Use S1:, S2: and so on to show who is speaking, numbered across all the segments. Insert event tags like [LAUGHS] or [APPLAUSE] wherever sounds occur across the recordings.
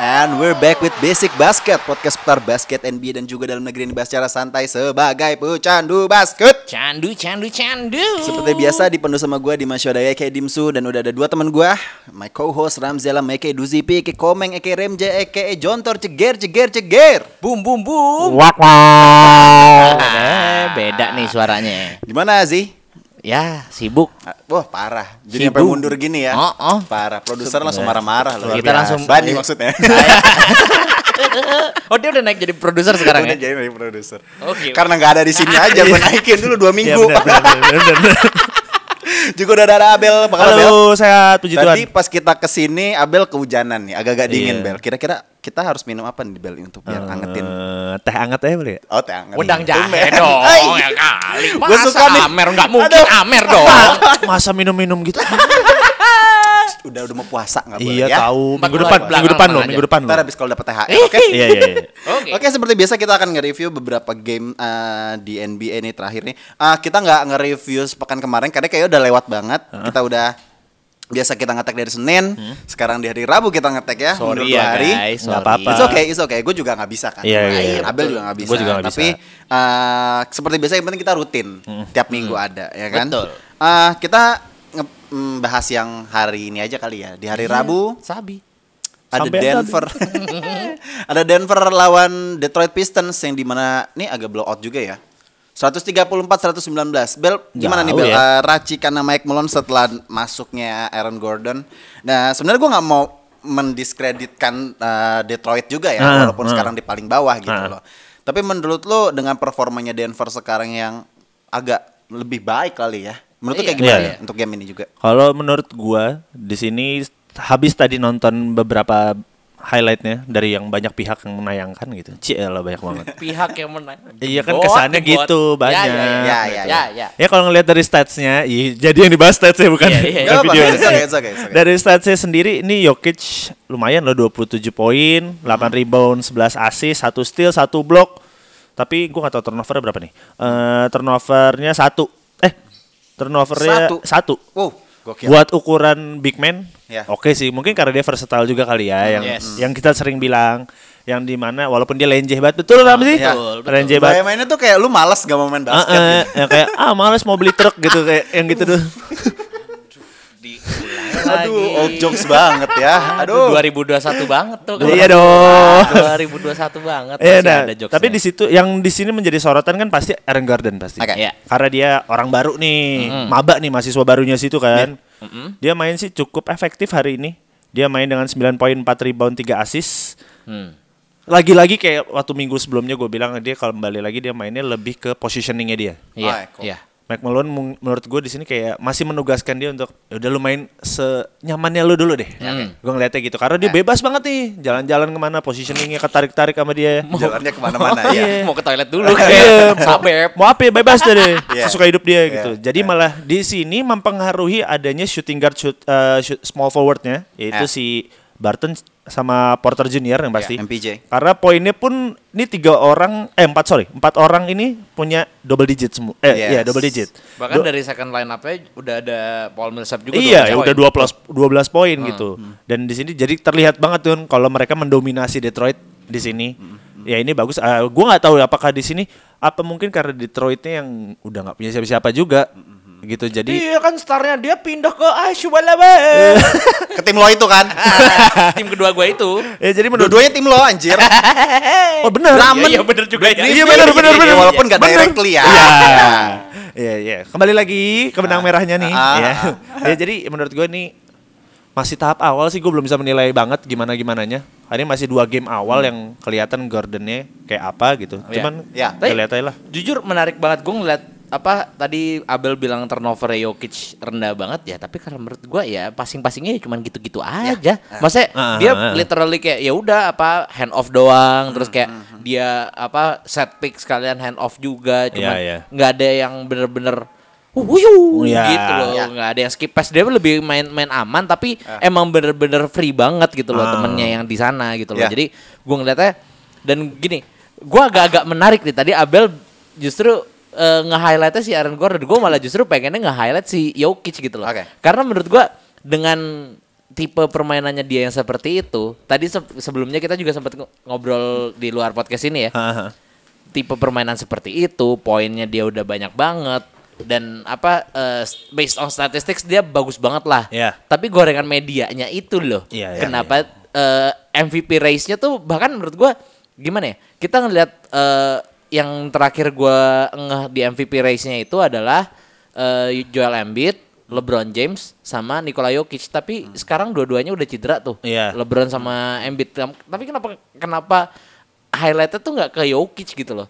S1: everyone, we're back with Basic Basket Podcast seputar basket NBA dan juga dalam negeri yang dibahas secara santai sebagai pecandu basket
S2: Candu, candu, candu.
S1: Seperti biasa dipenuh sama gue Dimas Yodaya, Eke Dimsu Dan udah ada dua teman gue My co-host Ramzela, Eke Duzipi, Eke Komeng, Eke Remja, Eke Jontor Ceger, ceger, ceger
S2: Bum, bum, bum.
S3: Wak wak.
S2: Eh, beda nih suaranya.
S1: Gimana sih?
S2: Ya, sibuk.
S1: Wah parah, jadi sampai
S2: Sibuk.
S1: mundur gini ya
S2: Oh, oh.
S1: Parah, produser langsung marah-marah loh. Iya.
S2: Kita langsung-
S1: Bani maksudnya
S2: [LAUGHS] Oh, dia udah naik jadi produser sekarang
S1: Udah
S2: ya?
S1: jadi dari produser
S2: Oke.
S1: Karena nggak ada di sini
S3: Nah,
S1: aja Gue
S3: iya.
S1: naikin dulu dua minggu [LAUGHS] Juga udah ada Abel Apa kabar, Abel?
S3: Halo, sehat puji
S1: Tadi
S3: Tuhan.
S1: pas kita kesini Abel kehujanan nih, agak-agak dingin
S3: Iya.
S1: Bel. Kira-kira kita harus minum apa nih Bel untuk biar angetin?
S3: Eh, teh anget aja boleh. ya?
S1: Oh, teh anget.
S2: Wedang
S1: Tumben.
S2: jahe dong,
S1: Hai.
S2: ya kali.
S1: Gua
S2: Masa
S1: suka nih.
S2: Amer, nggak mungkin Amer dong.
S3: Masa minum-minum gitu?
S1: Udah udah mau puasa nggak boleh
S3: iya
S1: ya?
S3: tahu. Minggu
S2: Belakang
S3: depan, minggu depan loh,
S2: aja. Belakang
S3: minggu
S2: aja.
S3: depan loh.
S1: Ntar habis kalau dapet THR, oke?
S3: [LAUGHS] Iya iya. iya.
S2: Oke.
S1: Oke seperti biasa kita akan nge-review beberapa game eh, di NBA nih terakhir nih. Ah, kita nggak nge-review sepekan kemarin karena kayaknya udah lewat banget. Kita udah biasa kita ngetek dari Senin,
S3: Hmm.
S1: sekarang di hari Rabu kita ngetek ya. mundur
S2: Sorry ya,
S1: dua hari.
S2: guys,
S3: Nggak
S2: sorry.
S3: apa-apa.
S1: It's okay, it's okay. Gue juga nggak bisa kan.
S3: Iya, iya, iya.
S1: Abel juga nggak bisa.
S3: Gua juga nggak Hmm.
S1: Tapi eh, seperti biasa yang penting kita rutin. Tiap minggu ada, ya kan.
S2: Betul.
S1: Eh, kita nge- mm, bahas yang hari ini aja kali ya. Di hari
S2: Iya.
S1: Rabu
S2: Sabi.
S1: ada
S3: Sampai
S1: Denver [LAUGHS] ada Denver lawan Detroit Pistons yang dimana ini agak blowout juga ya 134 119 Bel gimana nih
S3: Jauh
S1: Bel
S3: ya.
S1: Eh, racikan Mike Malone setelah masuknya Aaron Gordon nah sebenarnya gua nggak mau mendiskreditkan eh, Detroit juga ya
S3: Ah,
S1: walaupun
S3: ah.
S1: sekarang di paling bawah gitu
S3: Ah.
S1: loh tapi menurut lo dengan performanya Denver sekarang yang agak lebih baik kali ya menurut lo
S2: Iya.
S1: kayak gimana
S3: Iya,
S1: ya untuk game ini juga
S3: Kalau menurut gua di sini habis tadi nonton beberapa highlightnya dari yang banyak pihak yang menayangkan gitu. Ciela banyak
S2: [LAUGHS]
S3: banget.
S2: Pihak yang menang.
S3: Iya kan, kesannya gitu, banyak.
S2: Ya, ya, ya.
S1: Ya,
S2: ya,
S1: ya.
S2: ya.
S3: Ya kalau ngelihat dari statsnya, iya, jadi yang dibahas statsnya bukan,
S2: Iya, iya,
S3: bukan
S1: Nggak apa-apa,
S3: video.
S1: it's okay, it's okay, it's okay.
S3: Dari statsnya sendiri, ini Jokic lumayan loh 27
S2: Hmm.
S3: poin, 8 rebound, 11 assist, 1 steal, 1 block. Tapi gua nggak tahu turnovernya berapa nih. Eh turnovernya 1. Eh, turnovernya
S1: Satu.
S3: 1.
S1: wow gokil
S3: Buat ukuran big man,
S1: Ya.
S3: oke sih. Mungkin karena dia versatile juga kali ya, yang
S2: Yes.
S3: yang kita sering bilang, yang dimana walaupun dia lenjeh banget, betul Ram sih?
S1: iya.
S2: Betul,
S3: Lenjeh banget.
S1: Gaya mainnya tuh kayak lu malas gak mau main
S3: Eh,
S1: basket
S3: eh,
S1: gitu.
S3: yang kayak ah males mau beli truk gitu kayak yang gitu tuh.
S1: Aduh, old jokes banget
S3: [LAUGHS]
S1: ya.
S2: Aduh,
S1: Aduh.
S2: 2021 banget tuh. kalau
S3: Iya
S2: nggak
S3: dong.
S2: salah. 2021 banget.
S3: Eh,
S2: masih
S3: nah,
S2: ada jokesnya.
S3: tapi di situ yang di sini menjadi sorotan kan pasti Aaron Garden pasti.
S1: Oke.
S2: Iya.
S3: Karena dia orang baru nih, maba nih mahasiswa barunya situ kan. Dia main sih cukup efektif hari ini. Dia main dengan 9 poin, 4 rebound, 3 assist.
S2: Hmm.
S3: Lagi-lagi kayak waktu minggu sebelumnya gue bilang dia kalau kembali lagi dia mainnya lebih ke positioningnya dia.
S2: Iya,
S1: Michael.
S2: iya.
S3: Mike Malone mung- menurut gue di sini kayak masih menugaskan dia untuk "Ya udah lu main senyamannya lu dulu deh. Gue ngeliatnya gitu karena dia bebas banget nih jalan-jalan kemana positioningnya ketarik-tarik sama dia.
S1: [LAUGHS] Jalannya kemana-mana ya.
S2: Mau ke toilet dulu
S3: Iya,
S2: kayak
S3: mau-
S2: Sabep.
S3: Mau apa ya, bebas deh deh.
S1: Iya.
S3: Sesuka hidup dia
S1: Iya,
S3: gitu. Jadi malah di sini mempengaruhi adanya shooting guard shoot, eh, shoot- small forwardnya yaitu
S1: Iya.
S3: si Barton sama Porter Junior yang pasti.
S1: MPJ.
S3: Karena poinnya pun ini tiga orang eh empat sorry empat orang ini punya double digit semua. Eh
S1: Yes.
S3: iya double digit.
S2: Bahkan
S3: Do-
S2: dari second line up-nya udah ada Paul Millsap juga.
S3: iya, ya
S2: 12 poin. Hmm,
S3: udah 12 12 poin gitu. Dan di sini jadi terlihat banget tuh kalau mereka mendominasi Detroit di sini.
S2: Hmm,
S3: Ya ini bagus. Eh, gua nggak tahu apakah di sini apa mungkin karena Detroitnya yang udah nggak punya siapa-siapa juga gitu. Jadi
S2: Hmm, Iya kan starnya dia pindah ke Ashwalaba.
S1: Ke tim lo itu
S3: [LAUGHS]
S1: kan.
S2: [LAUGHS] Tim kedua gue itu.
S3: ya jadi menurut
S1: Dua-duanya tim lo anjir.
S3: oh benar.
S1: Ramen.
S2: Iya, iya, bener juga ya.
S3: [LAUGHS] Iya, bener, bener,
S1: Iya,
S3: bener.
S1: Walaupun gak
S3: Bener.
S1: directly ya.
S3: Iya. Iya, iya. Kembali lagi ke benang merahnya nih.
S1: ah,
S3: ya. [LAUGHS] ya jadi menurut gue nih masih tahap awal sih gue belum bisa menilai banget gimana gimananya. Hari ini masih dua game awal yang kelihatan Gordonnya kayak apa gitu.
S2: Hmm. Iya.
S3: Cuman
S1: Iya.
S3: ya lihat aja lah.
S2: Jujur menarik banget gue ngeliat apa tadi Abel bilang turnover Jokic rendah banget ya tapi karena menurut gue ya passing-passingnya ya cuman gitu-gitu aja. Maksudnya
S3: Ah,
S2: dia
S3: ah, Hmm, ah.
S2: literally kayak ya udah apa hand off doang terus kayak dia apa set pick sekalian hand off juga cuman
S3: Iya, iya.
S2: nggak ada yang bener-bener Wuyu,
S3: Iya.
S2: gitu loh,
S1: Iya. Ah.
S2: nggak ada yang skip pass dia lebih main main aman tapi emang bener-bener free banget gitu loh
S3: Ah.
S2: temennya yang di sana gitu loh.
S1: Iya.
S2: Jadi gue ngeliatnya dan gini, gue agak-agak menarik nih tadi Abel justru eh, nge-highlightnya si Aaron Gordon, gue malah justru pengennya nge-highlight si Jokic gitu loh.
S1: Oke.
S2: Karena menurut gue dengan tipe permainannya dia yang seperti itu. Tadi se- sebelumnya kita juga sempat ngo- ngobrol di luar podcast ini ya.
S1: Ah.
S3: Haha.
S2: Tipe permainan seperti itu, poinnya dia udah banyak banget dan apa eh, s- based on statistics dia bagus banget lah.
S3: Iya.
S2: Tapi gorengan medianya itu loh.
S3: Iya, iya,
S2: Kenapa eh, MVP race-nya tuh bahkan menurut gua gimana ya? Kita ngelihat eh, yang terakhir gua ngeh di MVP race-nya itu adalah eh, Joel Embiid, LeBron James sama Nikola Jokic, tapi sekarang dua-duanya udah cedera tuh.
S3: Hmm. Iya.
S2: LeBron sama Embiid. Tam- Tapi kenapa kenapa highlightnya tuh nggak ke Jokic gitu loh.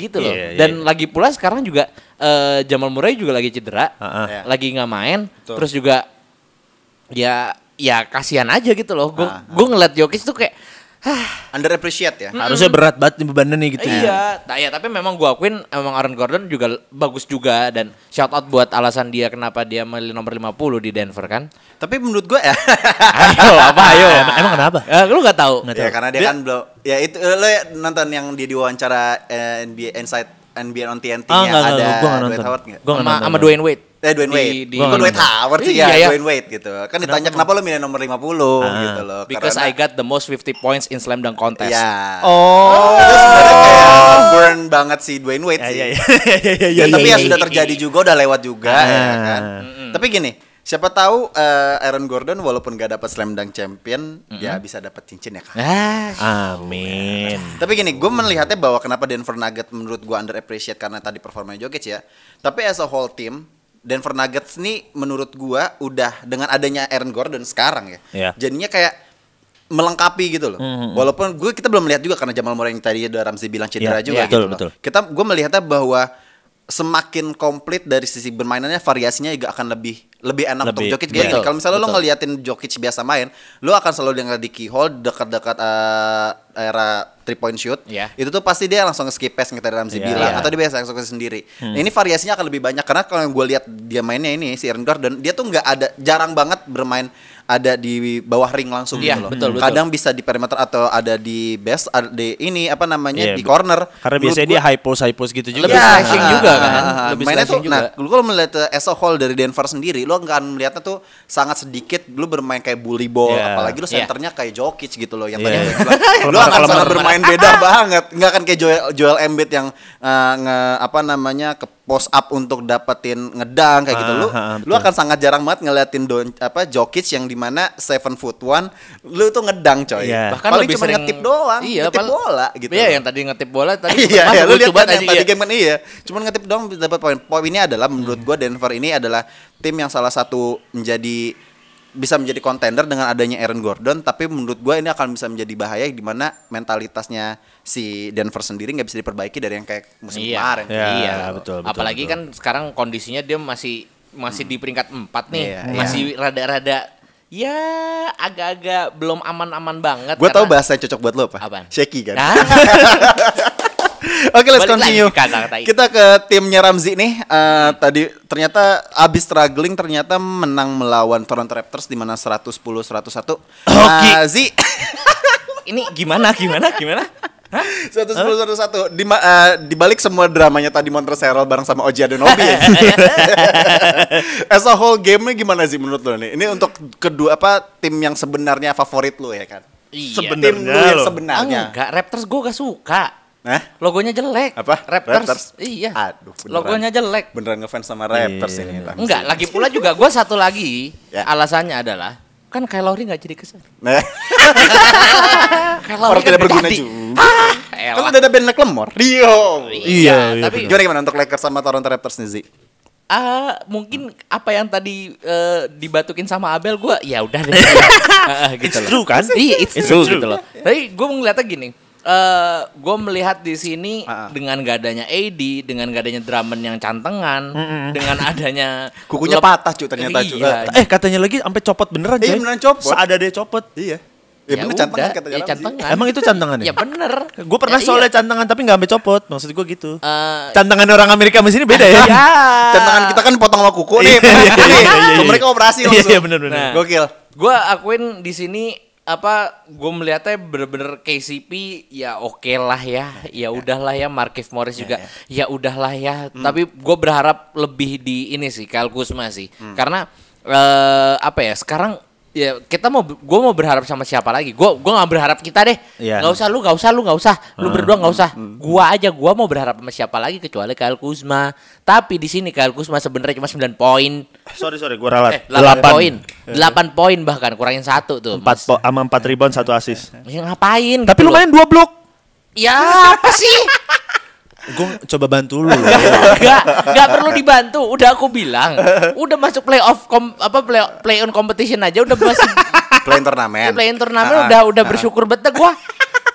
S2: Gitu loh.
S3: Iya, iya,
S2: Dan
S3: iya.
S2: lagi pula sekarang juga eh, Jamal Murray juga lagi cedera.
S3: Ah, ah.
S1: Iya.
S2: Lagi nggak main,
S1: Betul.
S2: terus juga ya ya kasihan aja gitu loh. Gue
S1: Ah,
S2: gue ngeliat Jokic tuh kayak
S1: [LAUGHS] Underappreciate ya.
S2: Mm.
S3: Harusnya berat banget nih bebannya nih gitu. ya.
S2: iya, nah, ya tapi memang gua akuin emang Aaron Gordon juga l- bagus juga dan shout out buat alasan dia kenapa dia milih nomor 50 di Denver kan.
S1: Tapi menurut gue ya,
S2: ayo apa
S1: [LAUGHS]
S2: ayo.
S3: Em- emang kenapa?
S2: Eh, lu nggak tahu.
S3: Nggak
S1: ya karena dia, kan belum ya itu eh, lo ya nonton yang dia diwawancara eh, NBA Inside NBA on TNT
S3: Ah, nggak,
S1: yang
S3: nggak,
S1: ada
S3: gua nggak
S1: Dwight
S3: nonton.
S1: Howard nggak?
S3: Gua nggak
S2: sama
S3: nonton,
S2: sama
S3: nggak.
S2: Dwayne Wade.
S1: Eh Dwayne
S2: Di-
S1: Wade.
S2: di-
S1: Kok Dwight Howard sih
S2: Iya,
S1: ya,
S2: iya.
S1: Dwayne Wade gitu. Kan ditanya kenapa lo milih nomor 50
S3: Ah.
S1: gitu loh.
S2: Because
S1: karena,
S2: I got the most 50 points in slam dunk contest.
S1: ya.
S3: Oh.
S1: Itu sebenarnya kayak burn banget si Dwayne Wade
S3: Ya
S1: sih.
S3: ya ya. ya, ya,
S1: Ya,
S3: ya,
S1: tapi
S3: ya.
S1: ya sudah terjadi juga udah lewat juga ya kan. Tapi gini, siapa tahu eh, Aaron Gordon walaupun gak dapat slam dunk champion, ya bisa dapat cincin ya kan.
S2: Ah,
S3: Amin.
S1: Tapi gini, gue melihatnya bahwa kenapa Denver Nuggets menurut gue underappreciate karena tadi performanya Jokic ya. Tapi as a whole team, Denver Nuggets nih menurut gue udah dengan adanya Aaron Gordon sekarang ya.
S3: Iya. Mm-hmm.
S1: Jadinya kayak melengkapi gitu loh. Walaupun gue kita belum melihat juga karena Jamal Murray yang tadi udah Ramzi bilang cedera
S3: Iya,
S1: juga
S3: iya.
S1: gitu
S3: Betul,
S1: loh.
S3: betul.
S1: Kita gue melihatnya bahwa semakin komplit dari sisi bermainannya variasinya juga akan lebih lebih enak
S3: Lebih,
S1: untuk Jokic kayak
S3: betul,
S1: gini. Kalau misalnya lo
S3: betul.
S1: ngeliatin Jokic biasa main, lo akan selalu dengar di keyhole dekat-dekat eh, era three point shoot.
S2: Iya.
S1: Itu tuh pasti dia langsung skip pass yang tadi Ramzi
S3: Iya,
S1: bilang
S3: iya. Hmm.
S1: atau dia biasa langsung ke sendiri. Nah, ini variasinya akan lebih banyak karena kalau gue lihat dia mainnya ini si Aaron Gordon, dia tuh nggak ada jarang banget bermain ada di bawah ring langsung
S2: Iya,
S1: gitu loh.
S2: betul, betul.
S1: Kadang bisa di perimeter atau ada di base ada di ini apa
S3: Iya,
S1: namanya di corner.
S3: Karena
S1: Menurut
S3: biasanya
S1: gua-
S3: dia high post high post gitu juga.
S2: Lebih
S1: Iya,
S2: slashing
S1: ah,
S2: juga
S1: ah,
S2: kan?
S1: ah, ah.
S2: Lebih
S1: mainnya tuh,
S2: slashing juga.
S1: nah, lu kalau melihat eh, as a whole dari Denver sendiri, lu nggak akan melihatnya tuh sangat sedikit. Lu bermain kayak bully ball,
S3: Iya.
S1: apalagi lu
S2: Iya.
S1: senternya kayak Jokic gitu loh yang
S3: Iya.
S2: [LAUGHS]
S1: tadi gue bilang. lu
S3: Kelemahan-
S1: akan sangat
S3: kelemahan.
S1: bermain beda banget. Nggak akan kayak Joel, Joel Embiid yang eh, nge- apa namanya ke post up untuk dapetin ngedang kayak gitu. Lu,
S3: Ah, ah,
S1: lu akan sangat jarang banget ngeliatin don, apa Jokic yang dimana seven foot one, lu tuh ngedang coy.
S3: Iya.
S2: bahkan
S1: paling
S2: lebih
S1: cuma
S2: sering
S1: ngetip doang,
S2: iya,
S1: ngetip
S2: pal-
S1: bola gitu.
S2: Iya, yang tadi ngetip bola tadi
S1: [LAUGHS] iya,
S2: masuk
S1: iya, lu
S2: gua
S1: lihat
S2: coba
S1: kan yang
S2: tadi,
S1: tadi
S2: iya.
S1: game kan iya. Cuman ngetip dong dapat poin. Poin ini adalah menurut gua Denver ini adalah tim yang salah satu menjadi bisa menjadi contender dengan adanya Aaron Gordon, tapi menurut gua ini akan bisa menjadi bahaya di mana mentalitasnya si Denver sendiri nggak bisa diperbaiki dari yang kayak musim
S2: Iya,
S1: kemarin.
S3: Ya,
S2: iya.
S3: betul, betul,
S2: Apalagi
S3: betul.
S2: kan sekarang kondisinya dia masih masih di peringkat 4 nih,
S1: Iya,
S2: masih rada-rada ya agak-agak belum aman-aman banget.
S1: Gua tahu
S2: karena-
S1: bahasa yang cocok buat lo apa?
S2: Apaan?
S1: Shaky kan. [LAUGHS]
S2: Nah,
S1: Oke, let's
S2: Balik
S1: continue.
S2: lagi ke kata-kata itu.
S1: Kita ke timnya Ramzi nih. Eh, Tadi ternyata abis struggling ternyata menang melawan Toronto Raptors di mana 110-101.
S3: Hoki.
S1: Eh, Zi
S2: ini gimana gimana gimana? Hah?
S1: 110-101 di, ma- eh, di balik semua dramanya tadi Montreal bareng sama Oji Anunoby. ya. As a whole game-nya gimana sih menurut lo nih? Ini untuk kedua apa tim yang sebenarnya favorit lo ya kan?
S2: Iya.
S1: Tim lu yang
S3: lo.
S1: sebenarnya.
S2: Enggak, Raptors gue gak suka.
S1: Hah?
S2: Logonya jelek.
S1: Apa?
S2: Raptors.
S1: Raptors?
S2: Iya.
S1: Aduh, beneran.
S2: Logonya jelek.
S1: Beneran ngefans sama Raptors
S3: Iya.
S1: ini. Ramzi.
S2: Enggak, lagi pula juga gue satu lagi
S1: Ya.
S2: alasannya adalah kan Kyle Lowry nggak jadi kesan.
S3: [LAUGHS]
S1: Nah.
S2: Kyle
S1: Orang
S2: Lowry
S1: tidak
S2: kan
S1: berguna
S2: jadi.
S1: juga.
S2: Ah,
S1: Kan
S2: elah.
S1: udah ada Ben Lemor. Rio.
S3: Iya, iya,
S2: tapi
S1: Gimana gimana untuk Lakers sama Toronto Raptors nih, Zi?
S2: ah, mungkin apa yang tadi eh, dibatukin sama Abel gue ya udah
S1: [LAUGHS]
S2: deh. Ah, ah,
S3: It's true, kan?
S2: Iya, it's,
S3: It's
S2: true,
S3: true.
S2: gitu loh. Tapi gue ngeliatnya gini, eh gue melihat di sini
S1: Ah, ah.
S2: dengan gadanya AD, dengan gadanya Drummond yang cantengan, dengan adanya
S1: [LAUGHS] Kukunya
S2: lep-
S1: patah, Cu, ternyata, Cu.
S2: Iya,
S3: Eh katanya lagi sampai copot beneran
S1: Iya,
S3: coy.
S1: beneran copot.
S3: Seada dia copot.
S1: Iya. Ya,
S2: Ya,
S1: bener
S2: udah,
S1: cantengan kata
S2: ya, cantengan.
S3: Emang itu cantengan ya?
S2: Ya bener.
S3: Gue pernah
S2: Ya,
S3: soalnya
S2: iya.
S3: cantengan tapi nggak sampai copot. Maksud gue gitu.
S1: [LAUGHS]
S2: Eh,
S3: Cantengan orang Amerika sama sini beda ya.
S2: ya.
S1: Iya. Cantengan kita kan potong sama kuku
S3: Iya, iya,
S1: nih. potong
S3: iya,
S1: nih.
S3: iya, iya.
S1: Kalau Mereka operasi
S3: Iya,
S1: langsung.
S3: iya, bener, bener.
S2: Nah.
S1: Gokil.
S2: Gue akuin di sini apa gue melihatnya bener-bener KCP ya oke lah ya ya udahlah ya Markif Morris juga ya udahlah ya tapi gue Hmm. berharap lebih di ini sih Kyle Kuzma sih karena eh, apa ya sekarang ya kita mau gue mau berharap sama siapa lagi gue gua nggak berharap kita deh
S3: Iya.
S2: nggak usah lu nggak usah lu nggak usah lu berdua nggak usah gua aja gua mau berharap sama siapa lagi kecuali Kyle Kuzma tapi di sini Kyle Kuzma sebenarnya cuma 9 poin
S3: [LAUGHS] Sorry sorry, gue ralat. [LAUGHS]
S2: eh 8 poin 8 poin bahkan kurangin satu
S3: Eh.
S2: tuh
S3: Empat
S2: Mas.
S3: po sama empat rebound satu assist.
S2: ya, ngapain
S3: Tapi
S2: gitu
S3: lu main dua blok.
S2: loh. ya apa
S3: [LAUGHS]
S2: sih
S3: Gue coba bantu lu. [LAUGHS]
S2: Gak, gak perlu dibantu. Udah aku bilang, udah masuk playoff kom, apa play, play on competition aja udah
S3: [LAUGHS]
S2: masih
S3: Kan.
S1: Play in turnamen.
S2: play on turnamen
S1: Ah,
S2: udah udah
S1: ah.
S2: bersyukur bete gua.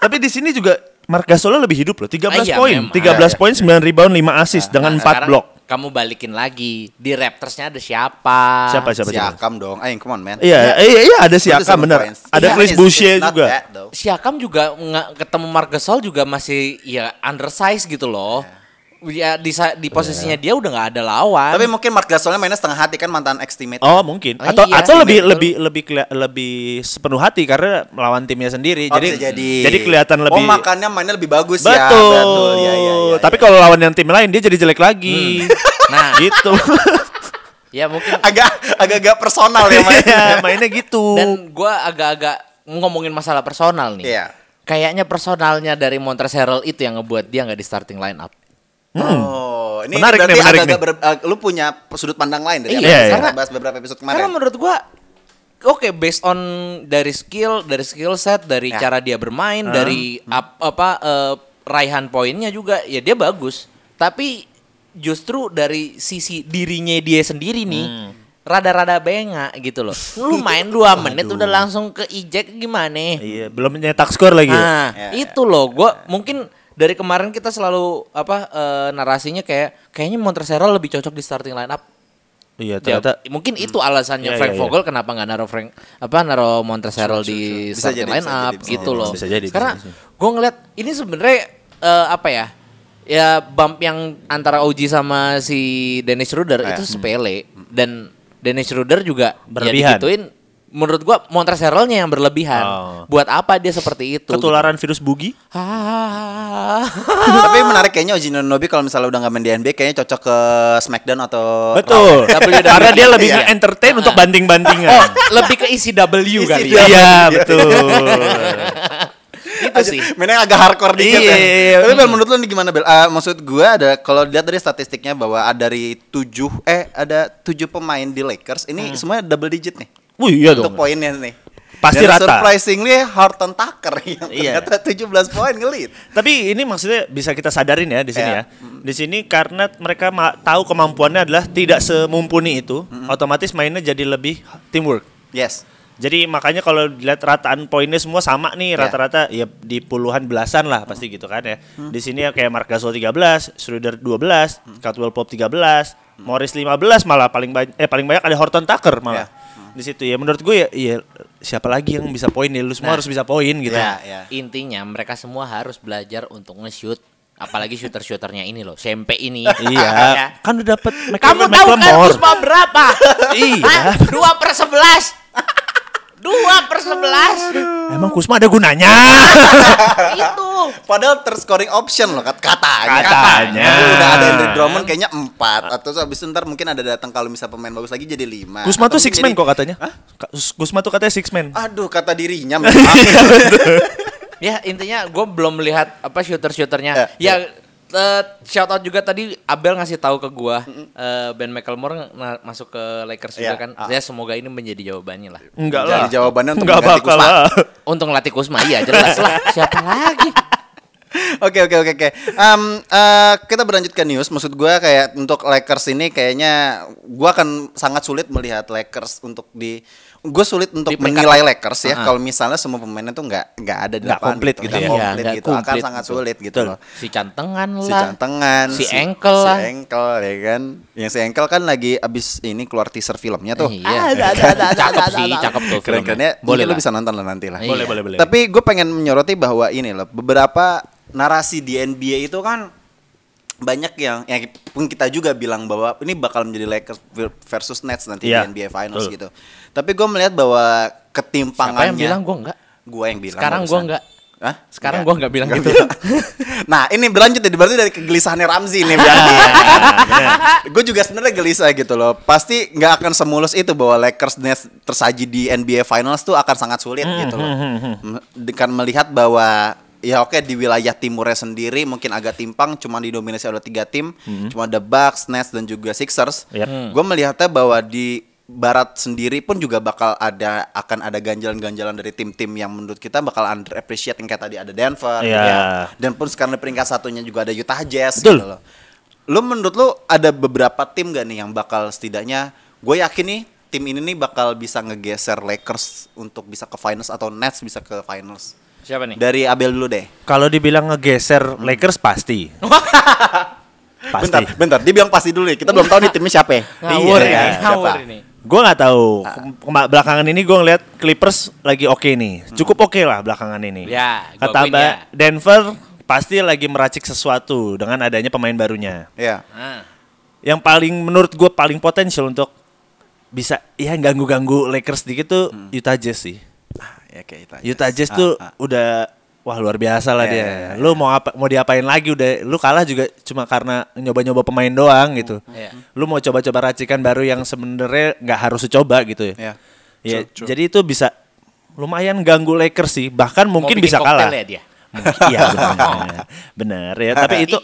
S3: Tapi di sini juga Mark Gasol lebih hidup loh. 13
S2: Ah, iya,
S3: poin,
S2: memang.
S3: 13 poin, 9 rebound, 5 assist dengan 4
S2: Nah, Sekarang
S3: blok.
S2: Kamu balikin lagi di Raptorsnya ada siapa?
S3: Siapa siapa siapa?
S1: Siakam dong. Ayo, come on, man.
S3: Iya, iya, iya ada
S1: Itu
S3: Siakam
S1: seven
S3: bener.
S1: points.
S3: Ada
S1: Iya, ya.
S3: Chris
S1: it's-
S3: Boucher
S1: it's not
S3: juga.
S1: bad, though.
S2: Siakam juga nggak ketemu Marc Gasol juga masih ya undersize gitu loh. Ya di sa- di posisinya
S3: Ya.
S2: dia udah nggak ada lawan.
S1: Tapi mungkin Mark Gasolnya mainnya setengah hati kan mantan ex-teammate.
S3: Oh mungkin
S2: Ah,
S3: atau
S2: iya.
S3: atau lebih
S2: Betul.
S3: lebih lebih kelia- lebih sepenuh hati karena melawan timnya sendiri
S1: Oh,
S3: jadi,
S1: bisa jadi
S3: jadi kelihatan lebih
S1: Oh, makannya mainnya lebih bagus
S3: betul,
S1: ya. Betul. Ya, ya, ya,
S3: tapi
S1: ya.
S3: kalau lawan yang tim lain dia jadi jelek lagi
S2: Nah,
S3: [LAUGHS] gitu
S2: ya mungkin
S1: agak agak agak personal ya mainnya.
S3: [LAUGHS] Iya, mainnya gitu
S2: dan gua agak-agak ngomongin masalah personal
S1: Oh.
S2: nih.
S1: Iya.
S2: Kayaknya personalnya dari Montrezl Harrell itu yang ngebuat dia nggak di starting line up.
S1: Oh, ini
S3: Hmm. Menarik
S1: berarti
S3: nih, menarik
S1: agak-agak ber- ag- lu punya sudut pandang lain dari
S2: Iya,
S1: apa yang
S3: iya.
S1: kita bahas beberapa episode kemarin.
S2: Karena menurut gua oke based on dari skill, dari skill set, dari
S1: Ya.
S2: cara dia bermain, dari ap- apa eh, raihan poinnya juga ya dia bagus. Tapi justru dari sisi dirinya dia sendiri nih
S1: Hmm.
S2: rada-rada benga gitu loh. Lu main
S1: [LAUGHS]
S2: 2 menit udah langsung ke eject gimana?
S3: iya belum nyetak skor lagi
S2: Nah,
S1: Ya,
S2: itu loh gua mungkin dari kemarin kita selalu apa eh, narasinya kayak kayaknya Montrezl lebih cocok di starting lineup.
S3: iya
S2: Ya,
S3: ternyata
S2: mungkin itu alasannya
S3: Iya, iya,
S2: Frank
S3: iya.
S2: Vogel kenapa nggak naruh Frank apa naruh Montrezl di
S1: Bisa
S2: starting
S1: jadi, bisa
S2: lineup
S1: jadi, bisa
S2: gitu
S1: jadi,
S2: loh.
S3: bisa jadi, bisa
S2: Karena
S3: jadi.
S2: gue ngeliat ini sebenarnya eh, apa ya? Ya bump yang antara OG sama si Dennis Schroeder
S1: Iya.
S2: itu sepele dan Dennis Schroeder juga ya
S3: Berlebihan.
S2: digituin. Menurut gua Montrezl-nya yang berlebihan.
S3: Oh.
S2: Buat apa dia seperti itu?
S3: ketularan virus bugi
S2: Ah.
S1: Tapi menarik kayaknya Oji Nobi kalau misalnya udah nggak main di NBA kayaknya cocok ke SmackDown atau ya.
S3: betul
S2: Raw. WWE.
S3: E. karena dia lebih
S2: Iya.
S3: entertain untuk banting
S2: oh,
S3: bantingan
S2: [LAUGHS] lebih ke isi W kali. ya.
S3: iya betul
S2: Itu sih.
S1: Gitu Mainnya agak hardcore dikit
S3: Iya,
S1: kan.
S3: iya, iya.
S1: Tapi Bel, menurut lu nih gimana Bel? Eh, maksud gua ada kalau lihat dari statistiknya bahwa ada dari 7 eh ada 7 pemain di Lakers
S3: Hmm.
S1: ini semua double digit nih.
S3: Wih, iya
S1: untuk
S3: dong
S1: poinnya nih.
S3: Pasti
S1: Dan
S3: rata.
S1: Surprisingly Horton Tucker [LAUGHS] yang
S3: Iya.
S1: ternyata 17 poin ngelit.
S3: Tapi ini maksudnya bisa kita sadarin ya di sini ya.
S1: Iya.
S3: Di sini karena mereka ma- tahu kemampuannya adalah tidak semumpuni itu, otomatis mainnya jadi lebih teamwork.
S1: Yes.
S3: Jadi makanya kalau dilihat rataan poinnya semua sama nih
S1: Iya.
S3: rata-rata ya di puluhan belasan lah pasti gitu kan ya. Di sini ya kayak Marc Gasol 13, Schroeder 12, Caldwell Pope 13, Morris 15 malah paling banyak eh paling banyak ada Horton Tucker malah.
S1: Iya.
S3: Di situ ya menurut gue ya, ya siapa lagi yang bisa poin ya lu semua
S2: Nah.
S3: harus bisa poin gitu.
S1: Ya, ya.
S2: Iya. Intinya mereka semua harus belajar untuk nge-shoot, apalagi shooter-shooternya ini loh, SMP ini. [LAUGHS] Ya.
S3: Iya, kan udah dapet
S2: Kamu
S3: Michael-
S2: tahu kan
S3: Macklemore.
S2: Puspa [LAUGHS] berapa?
S3: Iya.
S2: Hah? Dua per [LAUGHS] sebelas. Dua per sebelas.
S3: Emang Kusma ada gunanya?
S2: Itu.
S1: Padahal terscoring option loh kat- katanya.
S3: Katanya.
S1: Tapi udah ada Andre Drummond kayaknya 4 atau so, abis itu ntar mungkin ada datang kalau misalnya pemain bagus lagi jadi 5.
S3: Kusma tuh six man kok katanya. Ka- Kus- Kusma tuh katanya six man.
S1: Aduh kata
S3: [LAUGHS]
S1: dirinya memang.
S2: Ya intinya gue belum melihat apa shooter-shooternya.
S1: Eh,
S2: ya eh, shout out juga tadi Abel ngasih tahu ke gue eh, Ben McLemore na- masuk ke Lakers
S1: Iya,
S2: juga kan.
S1: ah.
S2: Ya semoga ini menjadi jawabannya lah.
S3: Enggak
S1: Jadi
S3: lah.
S1: jawabannya untuk
S3: Enggak
S1: mengganti
S3: bakal
S1: Kusma.
S3: lah.
S2: Untuk ngelatih Kusma iya jelas
S1: [LAUGHS]
S2: lah. Siapa lagi?
S1: Oke oke oke oke. Em, eh, kita berlanjut ke news. Maksud gua kayak untuk Lakers ini kayaknya gua akan sangat sulit melihat Lakers untuk di gue sulit untuk
S2: Di peringkat-
S1: menilai Lakers ya
S2: Ah.
S1: kalau misalnya semua pemainnya tuh nggak nggak ada di
S3: Nggak
S1: lapangan
S3: komplit gitu
S1: Nggak
S2: ya. Iya,
S1: komplit
S2: nggak
S1: gitu akan
S2: komplit,
S1: sangat
S2: betul.
S1: sulit gitu loh.
S2: Si cantengan lah.
S1: Si cantengan,
S2: Si ankle lah.
S1: si ankle ya kan. Yang si ankle kan lagi abis ini keluar teaser filmnya tuh.
S2: Iya. cakep sih, cakep tuh
S1: keren
S2: filmnya.
S1: kerennya boleh
S2: lah.
S1: lo bisa nonton lah nanti lah
S2: Iya. Boleh,
S3: boleh, boleh.
S1: tapi gue pengen menyoroti bahwa ini loh beberapa narasi di NBA itu kan banyak yang yang pun kita juga bilang bahwa ini bakal menjadi Lakers versus Nets nanti
S3: Iya,
S1: di NBA Finals
S3: betul.
S1: gitu tapi gue melihat bahwa
S2: Siapa
S1: ketimpangannya
S2: yang bilang gue enggak?
S1: gue yang bilang
S2: Sekarang gue
S1: Kan barusan.
S2: enggak.
S1: Hah?
S2: Sekarang
S1: Nggak.
S2: gua nggak bilang gitu.
S1: [LAUGHS] nah ini berlanjut ya berarti dari kegelisahannya Ramzi nih berarti gue juga sebenarnya gelisah gitu loh pasti nggak akan semulus itu bahwa Lakers nes- tersaji di NBA Finals tuh akan sangat sulit gitu loh M- dengan melihat bahwa ya oke di wilayah timurnya sendiri mungkin agak timpang cuma didominasi oleh tiga tim cuma The Bucks, Nets dan juga Sixers
S3: Yap.
S1: gue melihatnya bahwa di Barat sendiri pun juga bakal ada akan ada ganjalan-ganjalan dari tim-tim yang menurut kita bakal underappreciate yang kayak tadi ada Denver,
S3: Iya.
S1: ya. dan pun sekarang di peringkat satunya juga ada Utah Jazz
S3: Betul.
S1: gitu loh. Lu menurut lu ada beberapa tim gak nih yang bakal setidaknya gue yakin nih tim ini nih bakal bisa ngegeser Lakers untuk bisa ke finals atau Nets bisa ke finals.
S2: Siapa nih?
S1: Dari Abel dulu deh.
S3: Kalau dibilang ngegeser Lakers [LAUGHS] pasti.
S1: Bentar,
S3: pasti.
S1: bentar. Dia bilang pasti dulu ya. Kita belum tahu nih timnya siapa. ya.
S2: Ngawur [LAUGHS]
S1: Iya,
S2: ini, ngawur
S1: siapa?
S2: ini.
S3: Gue nggak tahu. Kema- Belakangan ini gue ngeliat Clippers lagi oke nih. Cukup oke lah belakangan ini.
S2: Ya, gua
S3: Kata
S2: akuin
S3: Mbak
S2: ya.
S3: Denver pasti lagi meracik sesuatu dengan adanya pemain barunya.
S1: Iya.
S2: Ah.
S3: Yang paling menurut gue paling potensial untuk bisa ya ganggu-ganggu Lakers sedikit tuh Utah Jazz sih.
S1: Ah, ya kayak Utah Jazz.
S3: Utah Jazz
S1: Ah,
S3: tuh
S1: ah.
S3: udah wah luar biasa lah
S1: Iya,
S3: dia.
S1: iya, iya,
S3: Lu mau apa mau diapain lagi udah lu kalah juga cuma karena nyoba-nyoba pemain doang gitu.
S1: Hmm,
S2: Iya.
S3: Lu mau coba-coba racikan baru yang sebenarnya nggak harus dicoba gitu ya.
S1: Iya.
S3: Ya,
S1: True, true.
S3: jadi itu bisa lumayan ganggu Lakers sih, bahkan mungkin
S2: bikin
S3: bisa
S2: koktel
S3: kalah.
S2: ya dia?
S3: Mungkin- Iya benar. Benar ya, tapi
S1: [LAUGHS]
S3: itu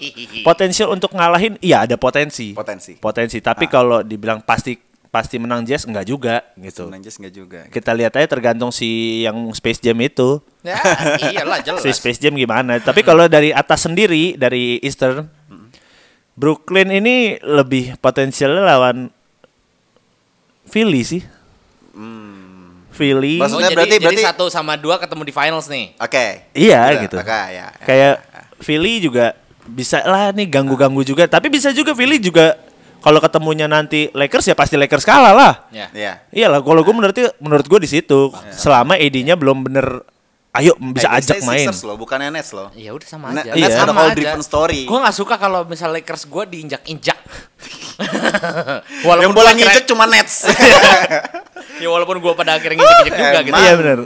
S3: potensial untuk ngalahin iya ada potensi.
S1: Potensi. Ah.
S3: Potensi, tapi kalau dibilang pasti pasti menang Jazz enggak juga gitu.
S1: Menang Jazz nggak juga.
S3: Kita lihat aja tergantung si yang Space Jam itu.
S2: Ya, [LAUGHS] iyalah jelas.
S3: Si Space Jam gimana. Tapi kalau dari atas sendiri, dari Eastern, Brooklyn ini lebih potensialnya lawan Philly sih.
S1: Hmm.
S3: Philly.
S2: Oh,
S1: Maksudnya
S2: jadi,
S1: berarti-
S2: jadi
S1: berarti-
S2: satu sama dua ketemu di finals nih.
S1: Oke.
S3: Iya
S1: Udah,
S3: gitu.
S1: Oke, ya, ya.
S3: Kayak Philly juga bisa lah nih ganggu-ganggu juga. Tapi bisa juga Philly juga kalau ketemunya nanti Lakers ya pasti Lakers kalah lah.
S2: Ya.
S1: Iya.
S3: Iyalah kalau gue menurut menurut gue di situ selama AD-nya belum bener ayo bisa
S1: Eh,
S3: ajak
S1: Iya. Sixers
S3: main.
S1: loh, bukannya Nets loh.
S2: Ya udah sama
S1: Nah,
S2: aja.
S1: that's
S2: Sama
S1: a whole
S2: aja.
S1: different story.
S2: Gua nggak suka kalau misal Lakers gua
S1: [LAUGHS]
S2: diinjak-injak.
S1: Yang
S2: walaupun
S1: bola
S2: gua kira-
S1: ngejek cuma Nets.
S2: Ya walaupun gua pada akhirnya
S1: Uh,
S2: nginjek-injek juga gitu.
S1: Emang.
S3: Iya benar.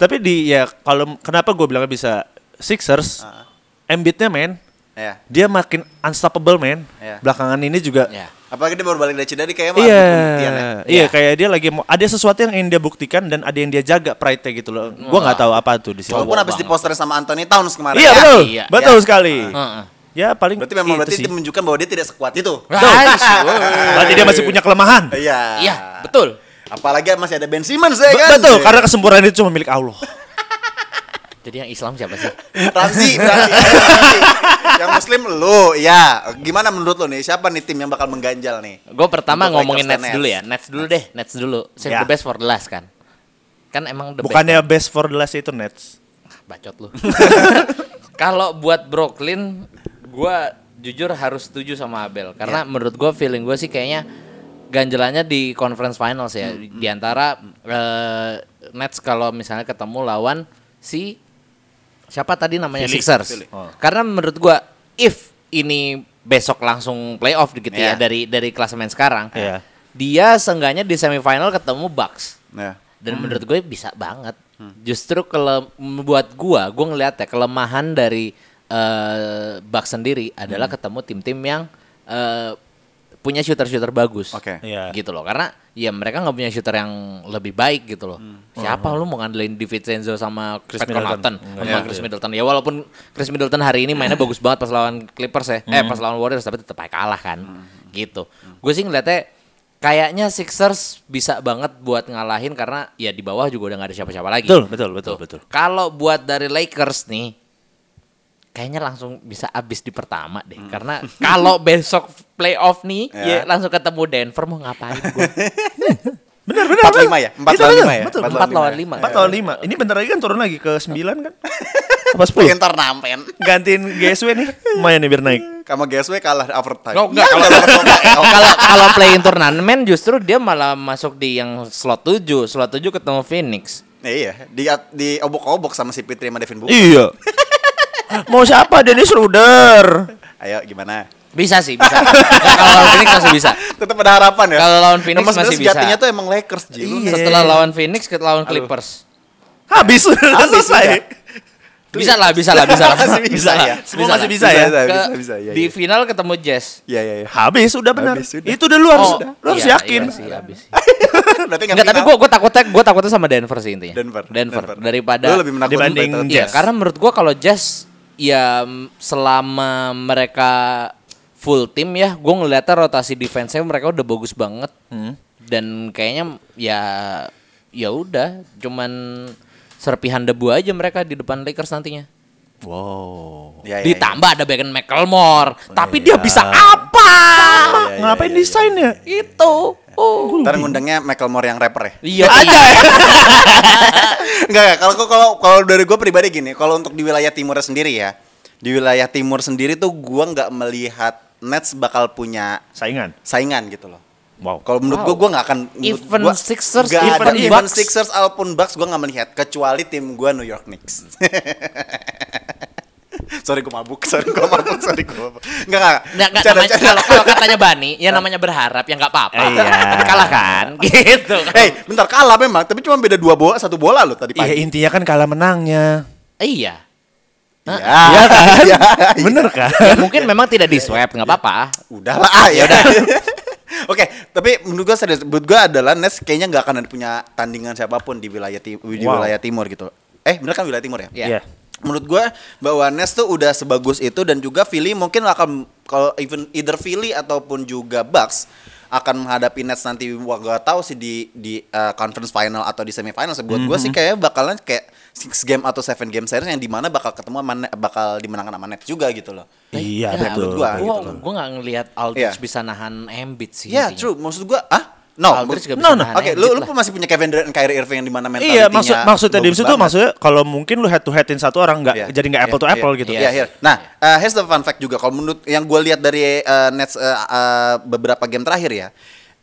S3: Tapi di ya kalau kenapa gue bilang bisa Sixers,
S1: Ah.
S3: Embiidnya men,
S1: Iya.
S3: dia makin unstoppable men.
S1: Iya.
S3: Belakangan ini juga.
S2: Ya.
S1: Apalagi dia baru balik dari Cina, dia kayaknya mau
S3: Iya,
S1: ada pembuktian ya.
S3: iya
S2: Iya.
S3: kayak dia lagi mau ada sesuatu yang ingin dia buktikan dan ada yang dia jaga pride gitu loh. Gue nggak tahu apa tuh di sini.
S1: Walaupun habis
S2: banget.
S1: diposterin sama Anthony Towns kemarin.
S3: Iya
S1: Ya.
S3: betul,
S2: iya.
S3: betul
S1: Iya.
S3: sekali.
S2: Heeh.
S3: Ya paling
S1: Berarti memang
S3: itu
S1: berarti
S3: sih.
S1: dia menunjukkan bahwa dia tidak sekuat itu.
S2: Guys,
S3: berarti dia masih punya kelemahan.
S1: Iya.
S2: Iya, betul.
S1: Apalagi masih ada Ben Simmons ya
S3: Be-
S1: kan.
S3: betul, karena kesempurnaan itu cuma milik Allah.
S2: Jadi yang Islam siapa sih?
S3: [LAUGHS]
S1: Ramzi, berarti. yang muslim lu, ya. Gimana menurut lu nih? Siapa nih tim yang bakal mengganjal nih?
S2: Gue pertama
S1: Untuk
S2: ngomongin
S1: Lakers
S2: Nets,
S1: dan
S2: dulu
S1: Nets.
S2: ya. Nets dulu deh, Nets dulu. Save
S3: Ya.
S2: the best for the last kan. Kan emang the
S3: Bukannya best for the last itu Nets.
S2: best. Bacot lu. [LAUGHS] Kalau buat Brooklyn, gua jujur harus setuju sama Abel karena
S3: Iya.
S2: menurut gua feeling gue sih kayaknya ganjelannya di conference finals ya
S3: Hmm,
S2: di antara eh, Nets kalau misalnya ketemu lawan si siapa tadi namanya
S3: Philly.
S2: Sixers.
S1: Philly.
S3: Oh.
S2: Karena menurut gua if ini besok langsung playoff gitu
S1: Iya.
S2: ya dari dari klasemen sekarang,
S3: Iya.
S2: dia seenggaknya di semifinal ketemu Bucks.
S1: Ya.
S2: Dan menurut gue bisa banget. Justru kalau membuat gua, gua ngeliat ya kelemahan dari eh, Bucks sendiri adalah ketemu tim-tim yang eh, punya shooter-shooter bagus.
S1: Oke.
S3: Iya.
S2: Gitu loh. Karena ya mereka nggak punya shooter yang lebih baik gitu loh. Siapa lu mau ngandelin DiVincenzo sama
S3: Chris
S2: Chris
S3: Middleton.
S2: Middleton
S3: Nggak
S2: sama
S3: ada.
S2: Chris Middleton. Ya walaupun Chris Middleton hari ini mainnya bagus banget pas lawan Clippers ya. Eh
S3: Hmm.
S2: pas lawan Warriors tapi tetap aja kalah kan. Gitu. Gue sih ngeliatnya kayaknya Sixers bisa banget buat ngalahin karena ya di bawah juga udah nggak ada siapa-siapa lagi.
S3: Betul, betul, betul,
S2: Tuh.
S3: betul.
S2: Kalau buat dari Lakers nih kayaknya langsung bisa abis di pertama deh karena kalau besok playoff nih
S1: Ya.
S2: ya langsung ketemu Denver mau ngapain gua
S3: Benar, benar.
S1: 4
S3: benar.
S1: ya? 4
S3: Itu
S1: lawan
S3: benar,
S1: 5 ya?
S3: [LAUGHS] betul.
S1: Empat
S2: Empat lawan
S1: lima
S2: lima.
S3: Empat atau lima. Ini bentar lagi kan turun lagi ke sembilan
S1: [LAUGHS]
S3: kan? Apa
S1: ya.
S3: sepuluh?
S1: Ntar nampen.
S3: Gantiin GSW nih. Lumayan nih biar naik.
S1: Kamu GSW kalah di overtime.
S2: Oh, enggak.
S1: Kalah di overtime. Eh, oh.
S2: kalau kalau play in turnamen justru dia malah masuk di yang slot 7 slot 7 ketemu Phoenix
S1: Iya, di di obok-obok sama si Fitri sama Devin Booker.
S3: Iya. [LAUGHS] Mau siapa Dennis Ruder?
S1: Ayo gimana?
S2: bisa
S1: [LAUGHS]
S2: sih bisa Nah, kalau lawan Phoenix masih bisa
S1: Tetap ada harapan ya.
S2: Kalau lawan Phoenix
S1: Nomor sembilan
S2: masih bisa.
S1: Sejatinya tuh emang Lakers Ji. Lu
S3: Iya.
S2: setelah lawan Phoenix ke lawan Clippers
S3: Ah, ya? Habis, [LAUGHS] selesai.
S1: udah.
S2: Bisa lah, bisa lah, bisa lah.
S1: [LAUGHS] Masih bisa ya.
S3: Semua
S2: Bisa
S3: masih bisa, ya.
S1: Bisa,
S2: lah.
S1: bisa,
S2: Ke-
S1: bisa, bisa, iya,
S2: di
S1: iya.
S2: final ketemu Jazz.
S1: Iya iya iya.
S3: Habis udah benar.
S1: Habis, udah.
S3: Itu udah lu
S1: ya?
S3: harus
S2: Oh,
S3: lu harus
S2: iya,
S3: yakin.
S2: Iya, sih, habis.
S1: Berarti nggak
S2: [LAUGHS] Enggak, tapi
S1: final.
S2: gue gue takutnya gue takutnya sama Denver sih intinya.
S1: Denver.
S2: Denver, daripada
S1: Lu lebih menakutkan
S3: dibanding
S1: daripada-
S2: Iya,
S3: Jazz.
S2: karena menurut gua kalau Jazz ya m- selama mereka full tim ya, gua ngeliatnya rotasi defense-nya mereka udah bagus banget. Dan kayaknya ya ya udah cuman serpihan debu aja mereka di depan Lakers nantinya.
S3: Wow.
S1: Iya, iya, iya.
S2: Ditambah ada Beckham McLemore, tapi dia bisa apa?
S1: iya, iya,
S3: Ngapain
S1: iya, iya.
S3: desainnya?
S2: Itu. Oh.
S1: Ntar ngundangnya Macklemore yang rapper ya. [LAUGHS]
S2: Iya.
S1: Enggak enggak, kalau kalau kalau dari gue pribadi gini, kalau untuk di wilayah timur sendiri ya. Di wilayah timur sendiri tuh gue nggak melihat Nets bakal punya
S3: Saingan.
S1: saingan gitu loh.
S3: Wow.
S1: Kalau menurut gue, gue nggak akan menurut
S2: Even
S1: gua,
S2: Sixers,
S1: nggak
S2: even
S1: ada, even
S2: Bucks.
S1: Sixers, Alpun Bucks, gue nggak melihat kecuali tim gue New York Knicks. [LAUGHS] sorry gue mabuk, sorry gue mabuk, sorry gue mabuk. Enggak enggak.
S2: Nggak, nggak,
S1: Bercanda,
S2: namanya-
S1: bercanda.
S2: kalau, kalau katanya Bani, ya namanya berharap, ya nggak apa-apa.
S3: Iya.
S2: Tapi kalah kan, gitu.
S1: Hei, bentar kalah memang, tapi cuma beda dua bola, satu bola loh tadi
S3: Iya
S1: pagi.
S3: intinya kan kalah menangnya.
S2: Iya.
S1: [LAUGHS] Iya
S3: [LAUGHS]
S1: kan?
S3: Bener kan?
S2: Ya, mungkin memang tidak di swab, nggak apa-apa.
S1: Udah lah, ah, ya
S2: Iya,
S1: udah. [LAUGHS] Oke, tapi menurut gua serius, menurut gua adalah Nets kayaknya nggak akan ada punya tandingan siapapun di wilayah ti- di
S3: Wow.
S1: wilayah timur gitu. Eh, bener kan wilayah timur ya?
S2: Iya.
S3: Iya.
S1: Menurut gua bahwa Nets tuh udah sebagus itu dan juga Philly mungkin akan kalau even either Philly ataupun juga Bucks akan menghadapi Nets nanti gua gak tahu sih di di uh, conference final atau di semifinal sebuat gua
S3: Mhm.
S1: sih kayaknya bakalan kayak six game atau seven game series yang dimana bakal ketemu sama Ne- bakal dimenangkan sama Nets juga gitu loh.
S3: Iya
S2: Ya,
S3: betul.
S1: menurut gua.
S2: Gue gue nggak ngelihat Aldridge
S1: Iya.
S2: bisa nahan Embiid sih.
S1: Ya,
S2: intinya.
S1: true. Maksud gua, ah? No,
S2: Aldridge
S1: maksud-
S2: gak bisa
S3: no, no.
S2: nahan
S1: Oke,
S2: Embiid
S1: lu, lu
S2: lah.
S1: masih punya Kevin Durant dan Kyrie Irving yang di mana mentalitinya
S3: gitu Iya maksud maksudnya di
S1: bagus
S3: situ
S1: ya, banget.
S3: maksudnya kalau mungkin lu head to headin satu orang nggak
S1: Iya.
S3: jadi nggak
S1: Iya,
S3: apple to
S1: iya,
S3: apple gitu.
S1: Iya, iya. Nah, eh, here's the fun fact juga. Kalau menurut yang gue lihat dari eh, Nets eh, eh, beberapa game terakhir ya,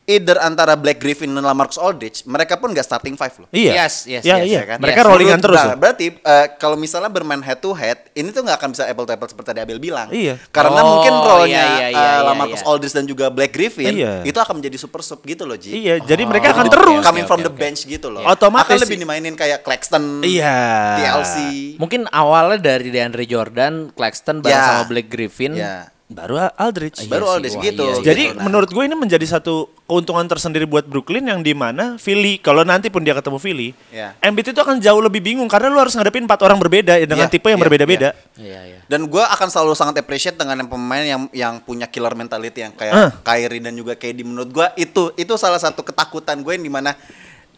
S1: either antara Black Griffin dan Lamarcus Aldridge, mereka pun gak starting five loh.
S3: Iya.
S2: Yes, yes,
S3: Iya,
S2: yes,
S3: iya.
S2: ya kan?
S3: Mereka
S2: Yes.
S3: rollingan
S1: Menurut-
S3: terus.
S1: nah,
S3: loh.
S1: berarti eh, kalau misalnya bermain head to head, ini tuh nggak akan bisa apple to apple seperti tadi Abel bilang.
S3: Iya.
S1: Karena
S2: Oh,
S1: mungkin role
S2: iya, iya, iya, iya,
S1: Lamarcus
S2: iya.
S1: Aldridge dan juga Black Griffin
S3: Iya.
S1: itu akan menjadi super sub gitu loh, Ji.
S3: Iya, jadi mereka akan
S2: oke,
S3: terus.
S2: oke.
S1: coming from the bench gitu loh.
S3: Iya. Otomatis
S1: akan lebih
S3: sih.
S1: dimainin kayak Claxton,
S3: Iya.
S1: TLC.
S2: Mungkin awalnya dari DeAndre Jordan, Claxton bareng
S1: Ya.
S2: sama Blake Griffin.
S1: Ya.
S3: Baru Aldridge.
S1: Baru
S2: sih,
S1: Aldridge
S2: wah,
S1: gitu.
S2: iya, iya.
S3: Jadi
S1: Gitu, nah.
S3: menurut gue ini menjadi satu keuntungan tersendiri buat Brooklyn yang di mana Philly kalau nanti pun dia ketemu Philly,
S1: Iya.
S3: Embiid itu akan jauh lebih bingung karena lu harus ngadepin empat orang berbeda dengan
S1: Iya,
S3: tipe yang
S1: iya,
S3: berbeda-beda.
S2: Iya, iya.
S1: Dan gue akan selalu sangat appreciate dengan yang pemain yang yang punya killer mentality yang kayak
S3: Eh.
S1: Kyrie dan juga KD. Menurut gue itu itu salah satu ketakutan gue yang dimana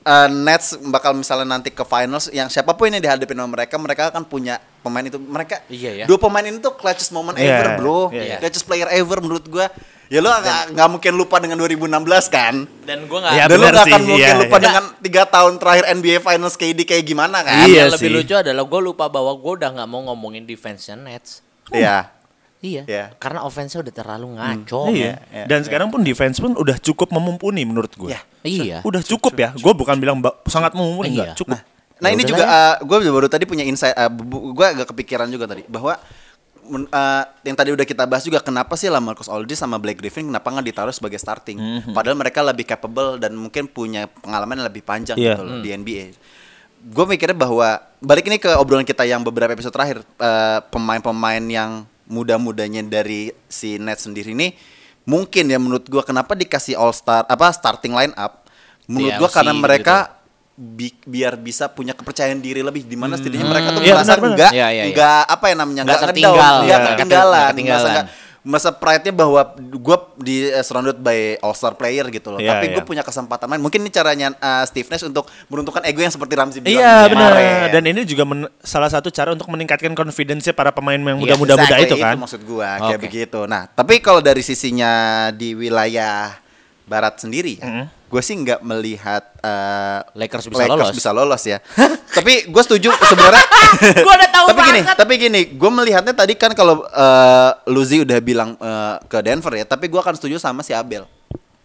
S1: uh, Nets bakal misalnya nanti ke finals yang siapapun yang dihadapi sama mereka, mereka akan punya pemain itu. Mereka
S2: Iya, ya.
S1: dua pemain ini tuh clutchest moment
S3: Iya,
S1: ever bro,
S3: iya.
S1: clutchest player ever menurut gue. Ya lo nggak nggak mungkin lupa dengan 2016 kan?
S2: Dan gue nggak.
S3: Iya,
S1: dan lo
S3: benar
S1: nggak
S3: sih.
S1: akan mungkin
S3: Iya,
S1: lupa
S3: iya.
S1: dengan tiga tahun terakhir NBA Finals KD kayak gimana kan?
S3: Iya
S2: yang lebih
S3: sih.
S2: lucu adalah gue lupa bahwa gue udah nggak mau ngomongin defense Nets.
S1: Iya.
S2: Iya.
S1: Iya.
S2: Karena offense-nya udah terlalu ngaco.
S3: Iya.
S1: iya,
S3: Dan sekarang pun defense pun udah cukup memumpuni menurut gue.
S1: Iya.
S2: Iya.
S3: Udah cukup ya. Gue bukan bilang ba- sangat memumpuni enggak,
S2: Iya.
S3: cukup.
S1: Nah
S2: Ya
S1: ini
S2: udah
S1: juga
S2: lah
S1: gue baru tadi punya insight, eh, gue agak kepikiran juga tadi bahwa men- eh, yang tadi udah kita bahas juga kenapa sih Lamarcus Aldridge sama Blake Griffin kenapa nggak ditaruh sebagai starting? Padahal mereka lebih capable dan mungkin punya pengalaman yang lebih panjang
S3: Iya.
S1: gitu loh di NBA. Gue mikirnya bahwa balik ini ke obrolan kita yang beberapa episode terakhir eh, pemain-pemain yang muda-mudanya dari si Nets sendiri ini mungkin ya menurut gue kenapa dikasih all star apa starting line up menurut gue
S2: TLC
S1: karena
S2: gitu-gitu.
S1: mereka bi- biar bisa punya kepercayaan diri lebih di mana setidaknya mereka tuh
S3: Iya,
S1: merasa
S3: benar-benar.
S1: enggak
S2: Hmm. Iya, iya, iya.
S1: enggak apa ya namanya
S2: Nggak
S1: enggak
S2: tertinggal,
S1: ngedown, enggak
S2: iya.
S1: ketinggalan,
S2: Nggak ketinggalan.
S1: merasa nggak- merasa pride-nya bahwa gue di eh, surrounded by all star player gitu loh.
S3: Iya,
S1: Tapi gue
S3: iya.
S1: punya kesempatan main. Mungkin ini caranya eh, Steve Nash untuk meruntuhkan ego yang seperti Ramzi bilang.
S3: Iya benar.
S1: kemarin.
S3: Dan ini juga men- salah satu cara untuk meningkatkan confidence para pemain yang
S2: Iya,
S3: muda-muda muda
S1: Exactly,
S3: itu kan.
S1: maksud gua kayak
S2: Oke.
S1: begitu. Nah, tapi kalau dari sisinya di wilayah barat sendiri ya, gue sih nggak melihat eh,
S2: Lakers bisa lolos.
S1: bisa lolos ya. [LAUGHS] tapi gue setuju sebenarnya.
S2: [LAUGHS] Gua udah tahu
S1: tapi gini,
S2: banget.
S1: tapi gini, gue melihatnya tadi kan kalau eh, Luzi udah bilang eh, ke Denver ya, tapi gua akan setuju sama si Abel.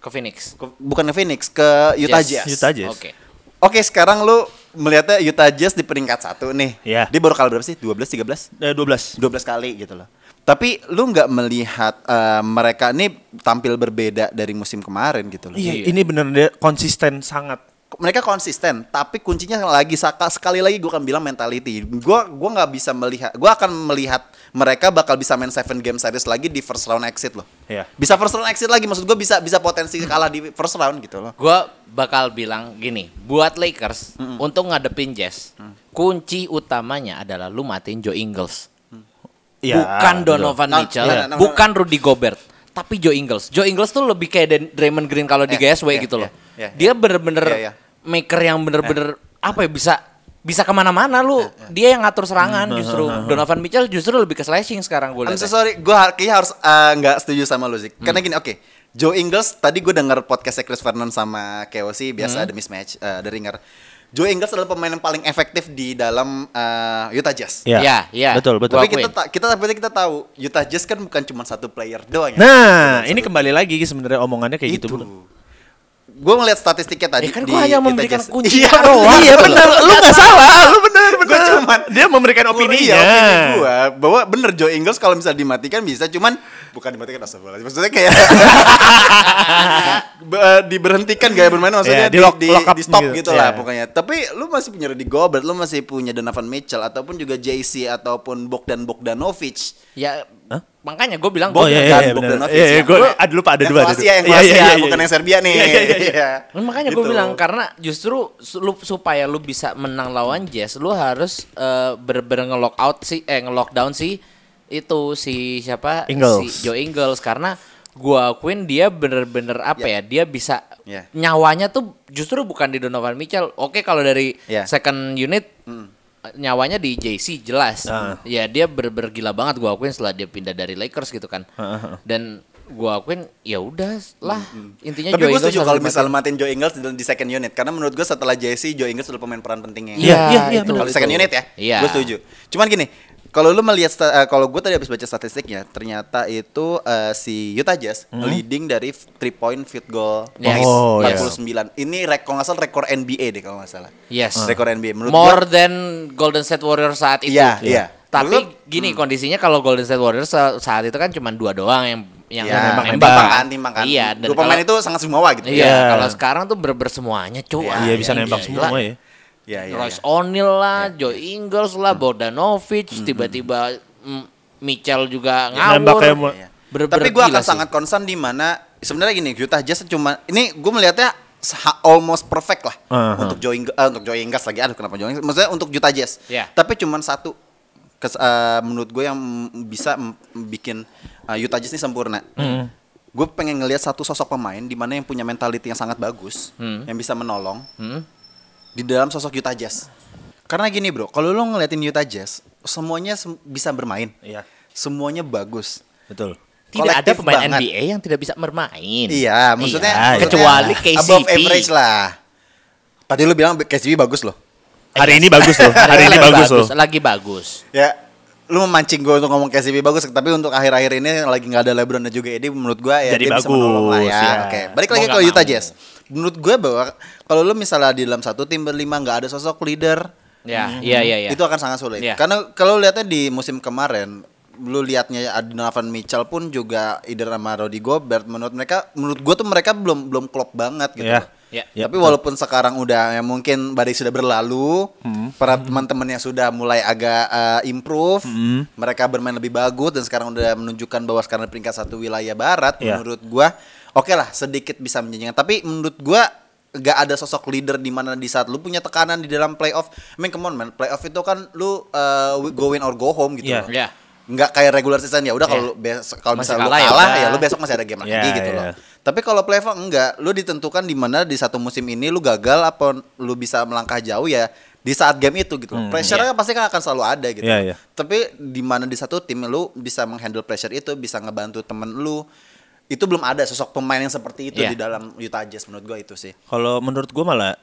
S2: Ke Phoenix.
S1: Ke- bukan ke Phoenix, ke Utah
S2: Jazz.
S1: Jazz.
S3: Utah Jazz.
S2: Oke.
S1: Oke, sekarang lu melihatnya Utah Jazz di peringkat satu nih.
S3: Iya.
S1: Dia baru kalah berapa sih? 12, 13?
S3: Eh, 12.
S1: 12 kali gitu loh. Tapi lu nggak melihat eh, mereka ini tampil berbeda dari musim kemarin gitu loh.
S3: Iya, ini benar konsisten sangat.
S1: mereka konsisten tapi kuncinya lagi saka sekali lagi gue akan bilang mentality gue gua nggak bisa melihat gue akan melihat mereka bakal bisa main seven game series lagi di first round exit loh
S3: Iya.
S1: bisa first round exit lagi maksud gue bisa bisa potensi kalah di first round gitu loh
S2: Gue bakal bilang gini, buat Lakers untuk ngadepin Jazz,
S1: Mm.
S2: kunci utamanya adalah lu matiin Joe Ingles.
S3: Iya,
S2: bukan
S3: betul.
S2: Donovan
S1: Nah,
S2: Mitchell,
S1: iya, nah,
S2: bukan Rudy Gobert, tapi Joe Ingles. Joe Ingles tuh lebih kayak Dan- Draymond Green kalau di
S1: Iya,
S2: GSW
S1: iya,
S2: gitu loh.
S1: iya, iya.
S2: Dia bener-bener
S1: Iya, iya.
S2: maker yang bener-bener apa ya bisa bisa kemana-mana lu.
S1: Iya,
S2: Dia yang ngatur serangan
S1: Mm-hmm,
S2: justru. Donovan Mitchell justru lebih ke slashing sekarang gue
S1: I'm
S2: lihat.
S1: so
S2: ya.
S1: sorry, gue kayaknya harus eh, nggak setuju sama lu, Zik. Karena gini, oke. Joe Ingles, tadi gue denger podcastnya Chris Vernon sama KOC, biasa The Mismatch, eh, The Ringer. Joe Ingles adalah pemain yang paling efektif di dalam eh, Utah Jazz.
S3: Iya.
S2: Iya, iya.
S3: Betul, betul.
S1: Tapi
S2: Gua
S1: kita,
S2: akuin.
S1: ta- kita tapi kita tahu Utah Jazz kan bukan cuma satu player doang ya.
S3: Nah, ini kembali lagi sebenarnya omongannya kayak gitu. bener.
S1: Gue ngeliat statistiknya tadi.
S2: Ya kan
S1: di
S2: gua hanya
S1: Utah
S2: memberikan
S1: Jazz.
S2: kunci
S1: Iya,
S2: arwah.
S1: iya,
S2: Betul.
S1: bener. Lu nggak salah. Lu bener, bener. Gua cuman
S3: Dia memberikan
S1: Iya,
S3: opininya.
S1: opini gua bahwa bener Joe Ingles kalau misalnya dimatikan bisa cuman bukan dimatikan astagfirullahaladzim. Maksudnya
S3: [LAUGHS]
S1: kayak Be- eh, diberhentikan gaya bermain maksudnya
S3: Iya, di lock- lock up
S1: di stop
S3: gitu.
S1: gitu, lah
S3: Iya.
S1: pokoknya. Tapi lu masih punya Rudy Gobert, lu masih punya Donovan Mitchell ataupun juga JC ataupun Bogdan Bogdanovic.
S2: Ya makanya gue bilang
S3: Oh
S2: gua-
S3: iya iya iya, bener.
S1: Bogdanovic
S3: Iya iya
S1: ya.
S3: gue
S1: Gua-
S3: ada lupa ada
S1: yang
S3: dua ada dua.
S1: Kroasia, yang
S3: Iya,
S1: Kroasia,
S3: iya, iya,
S1: bukan
S3: iya.
S1: yang Serbia nih.
S3: Iya, iya, iya.
S1: Iya.
S2: Nah, makanya gue
S1: Gitu.
S2: bilang karena justru su- lu, supaya lu bisa menang lawan Jazz, lu harus eh, bener-bener nge-lock out si eh nge-lockdown si itu si siapa
S3: Ingles.
S2: si Joe Ingles karena gua akuin dia bener-bener apa ya dia bisa
S1: Ya.
S2: nyawanya tuh justru bukan di Donovan Mitchell. Oke kalau dari
S1: Ya. Hmm.
S2: second unit nyawanya di JC jelas.
S3: Ah.
S2: Ya dia bener-bener gila banget gua akuin setelah dia pindah dari Lakers gitu kan.
S3: Ah,
S2: Dan gua akuin ya udah lah
S1: Hmm,
S2: intinya
S1: Tapi gue
S2: Ingles
S1: setuju
S2: harus
S1: kalau
S2: dimatiin.
S1: misalnya matiin Joe Ingles di, di second unit karena menurut gue setelah JC Joe Ingles udah pemain peran pentingnya.
S2: Iya, iya, iya,
S1: itu.
S2: betul,
S1: Kalau second
S2: betul.
S1: unit ya.
S2: Iya.
S1: Gue setuju. Cuman gini, kalau lu melihat sta- eh, kalau gue tadi habis baca statistiknya, ternyata itu eh, si Utah Jazz leading dari f- three point field goal
S2: Yes.
S1: percentage,
S3: Oh, iya.
S1: 49. Ini rek kalau nggak salah rekor NBA deh kalau nggak salah. Hmm.
S2: Yes.
S1: Rekor NBA menurut
S2: More
S1: gua-
S2: than Golden State Warriors saat itu.
S1: Iya, iya.
S2: Tapi
S1: Menurut-
S2: gini kondisinya kalau Golden State Warriors sa- saat itu kan cuma dua doang yang yang
S1: ya,
S3: nembak,
S1: timbang
S3: nembak.
S1: kan, timbang kan.
S2: Iya, dan
S1: Dua pemain
S2: kalau-
S1: itu sangat semua gitu.
S2: Iya,
S3: Iya.
S2: kalau sekarang tuh berber semuanya, cuy.
S1: Iya,
S3: Iya bisa
S2: Anjing,
S3: nembak
S2: gila.
S3: semua ya.
S1: Iya, iya.
S2: Royce
S1: iya.
S2: O'Neal lah, Joe Ingles lah, Bogdanovic,
S1: Hmm,
S2: tiba-tiba mm, Mitchell juga ngawur.
S3: nembak kayak mau-
S1: Iya.
S2: Bener-bener
S1: Tapi gue
S2: gila
S1: akan
S2: sih.
S1: sangat concern di mana sebenarnya gini Utah Jazz cuma ini gue melihatnya seha- almost perfect lah
S3: Aha.
S1: untuk Joe Ingles untuk Joe Ingles lagi aduh kenapa Joe Ingles maksudnya untuk Utah Jazz.
S2: Iya.
S1: Tapi cuman satu kes- eh, menurut gue yang m- bisa m- bikin eh, Utah Jazz ini sempurna. Gue pengen ngelihat satu sosok pemain di mana yang punya mentality yang sangat bagus, yang bisa menolong
S2: Hmm?
S1: di dalam sosok Utah Jazz. Karena gini bro, kalau lo ngeliatin Utah Jazz, semuanya sem- bisa bermain,
S3: Iya.
S1: semuanya bagus.
S3: Betul.
S2: Tidak ada
S1: kolektif
S2: pemain
S1: banget.
S2: NBA yang tidak bisa bermain.
S1: Iya, maksudnya
S3: Iya,
S1: maksudnya
S2: kecuali KCP.
S1: Above average lah. Tadi lu bilang KCP bagus loh.
S3: Hari ini bagus loh. Hari ini
S2: Lagi
S3: bagus loh.
S2: Lagi Iya, bagus.
S1: Ya, lu memancing gue untuk ngomong KCP bagus, tapi untuk akhir-akhir ini lagi nggak ada LeBron dan juga Eddie menurut gue ya
S3: Jadi
S1: dia bisa menolong lah
S3: bagus,
S1: ya.
S3: ya.
S1: Oke, balik
S2: Mau
S1: lagi
S2: iya. nggak
S1: ke Utah
S2: mau.
S1: Jazz. Menurut gue bahwa kalau lu misalnya di dalam satu tim berlima nggak ada sosok leader,
S2: Ya, iya, iya, iya.
S1: Hmm. itu akan sangat sulit.
S2: Iya.
S1: Karena kalau lihatnya di musim kemarin, lu lihatnya Donovan Mitchell pun juga either sama Rudy Gobert menurut mereka menurut gua tuh mereka belum belum klop banget gitu.
S3: Iya.
S2: Iya.
S3: Iya,
S1: Tapi walaupun sekarang udah ya mungkin badai sudah berlalu, para teman-temannya sudah mulai agak uh, improve, mereka bermain lebih bagus dan sekarang udah menunjukkan bahwa sekarang peringkat satu wilayah barat
S3: Iya.
S1: menurut gua oke lah sedikit bisa menjanjikan tapi menurut gua gak ada sosok leader di mana di saat lu punya tekanan di dalam playoff I mean come on man playoff itu kan lu uh, go win or go home gitu
S3: Iya.
S1: loh.
S2: Iya.
S1: nggak kayak regular season ya udah kalau lu bes- kalau
S2: Masih
S1: misalnya lu
S2: kalah ya
S1: kalah, ya,
S2: udah.
S1: lu besok masih ada game lagi
S3: Iya,
S1: gitu
S3: iya.
S1: loh tapi kalau playoff enggak lu ditentukan di mana di satu musim ini lu gagal apa lu bisa melangkah jauh ya di saat game itu gitu loh. pressure-nya pasti kan akan selalu ada gitu
S3: Hmm, Iya, iya.
S1: tapi di mana di satu tim lu bisa menghandle pressure itu, bisa ngebantu temen lu. Itu belum ada sosok pemain yang seperti itu
S2: Iya.
S1: di dalam Utah Jazz menurut gua itu sih.
S3: Kalau menurut gue malah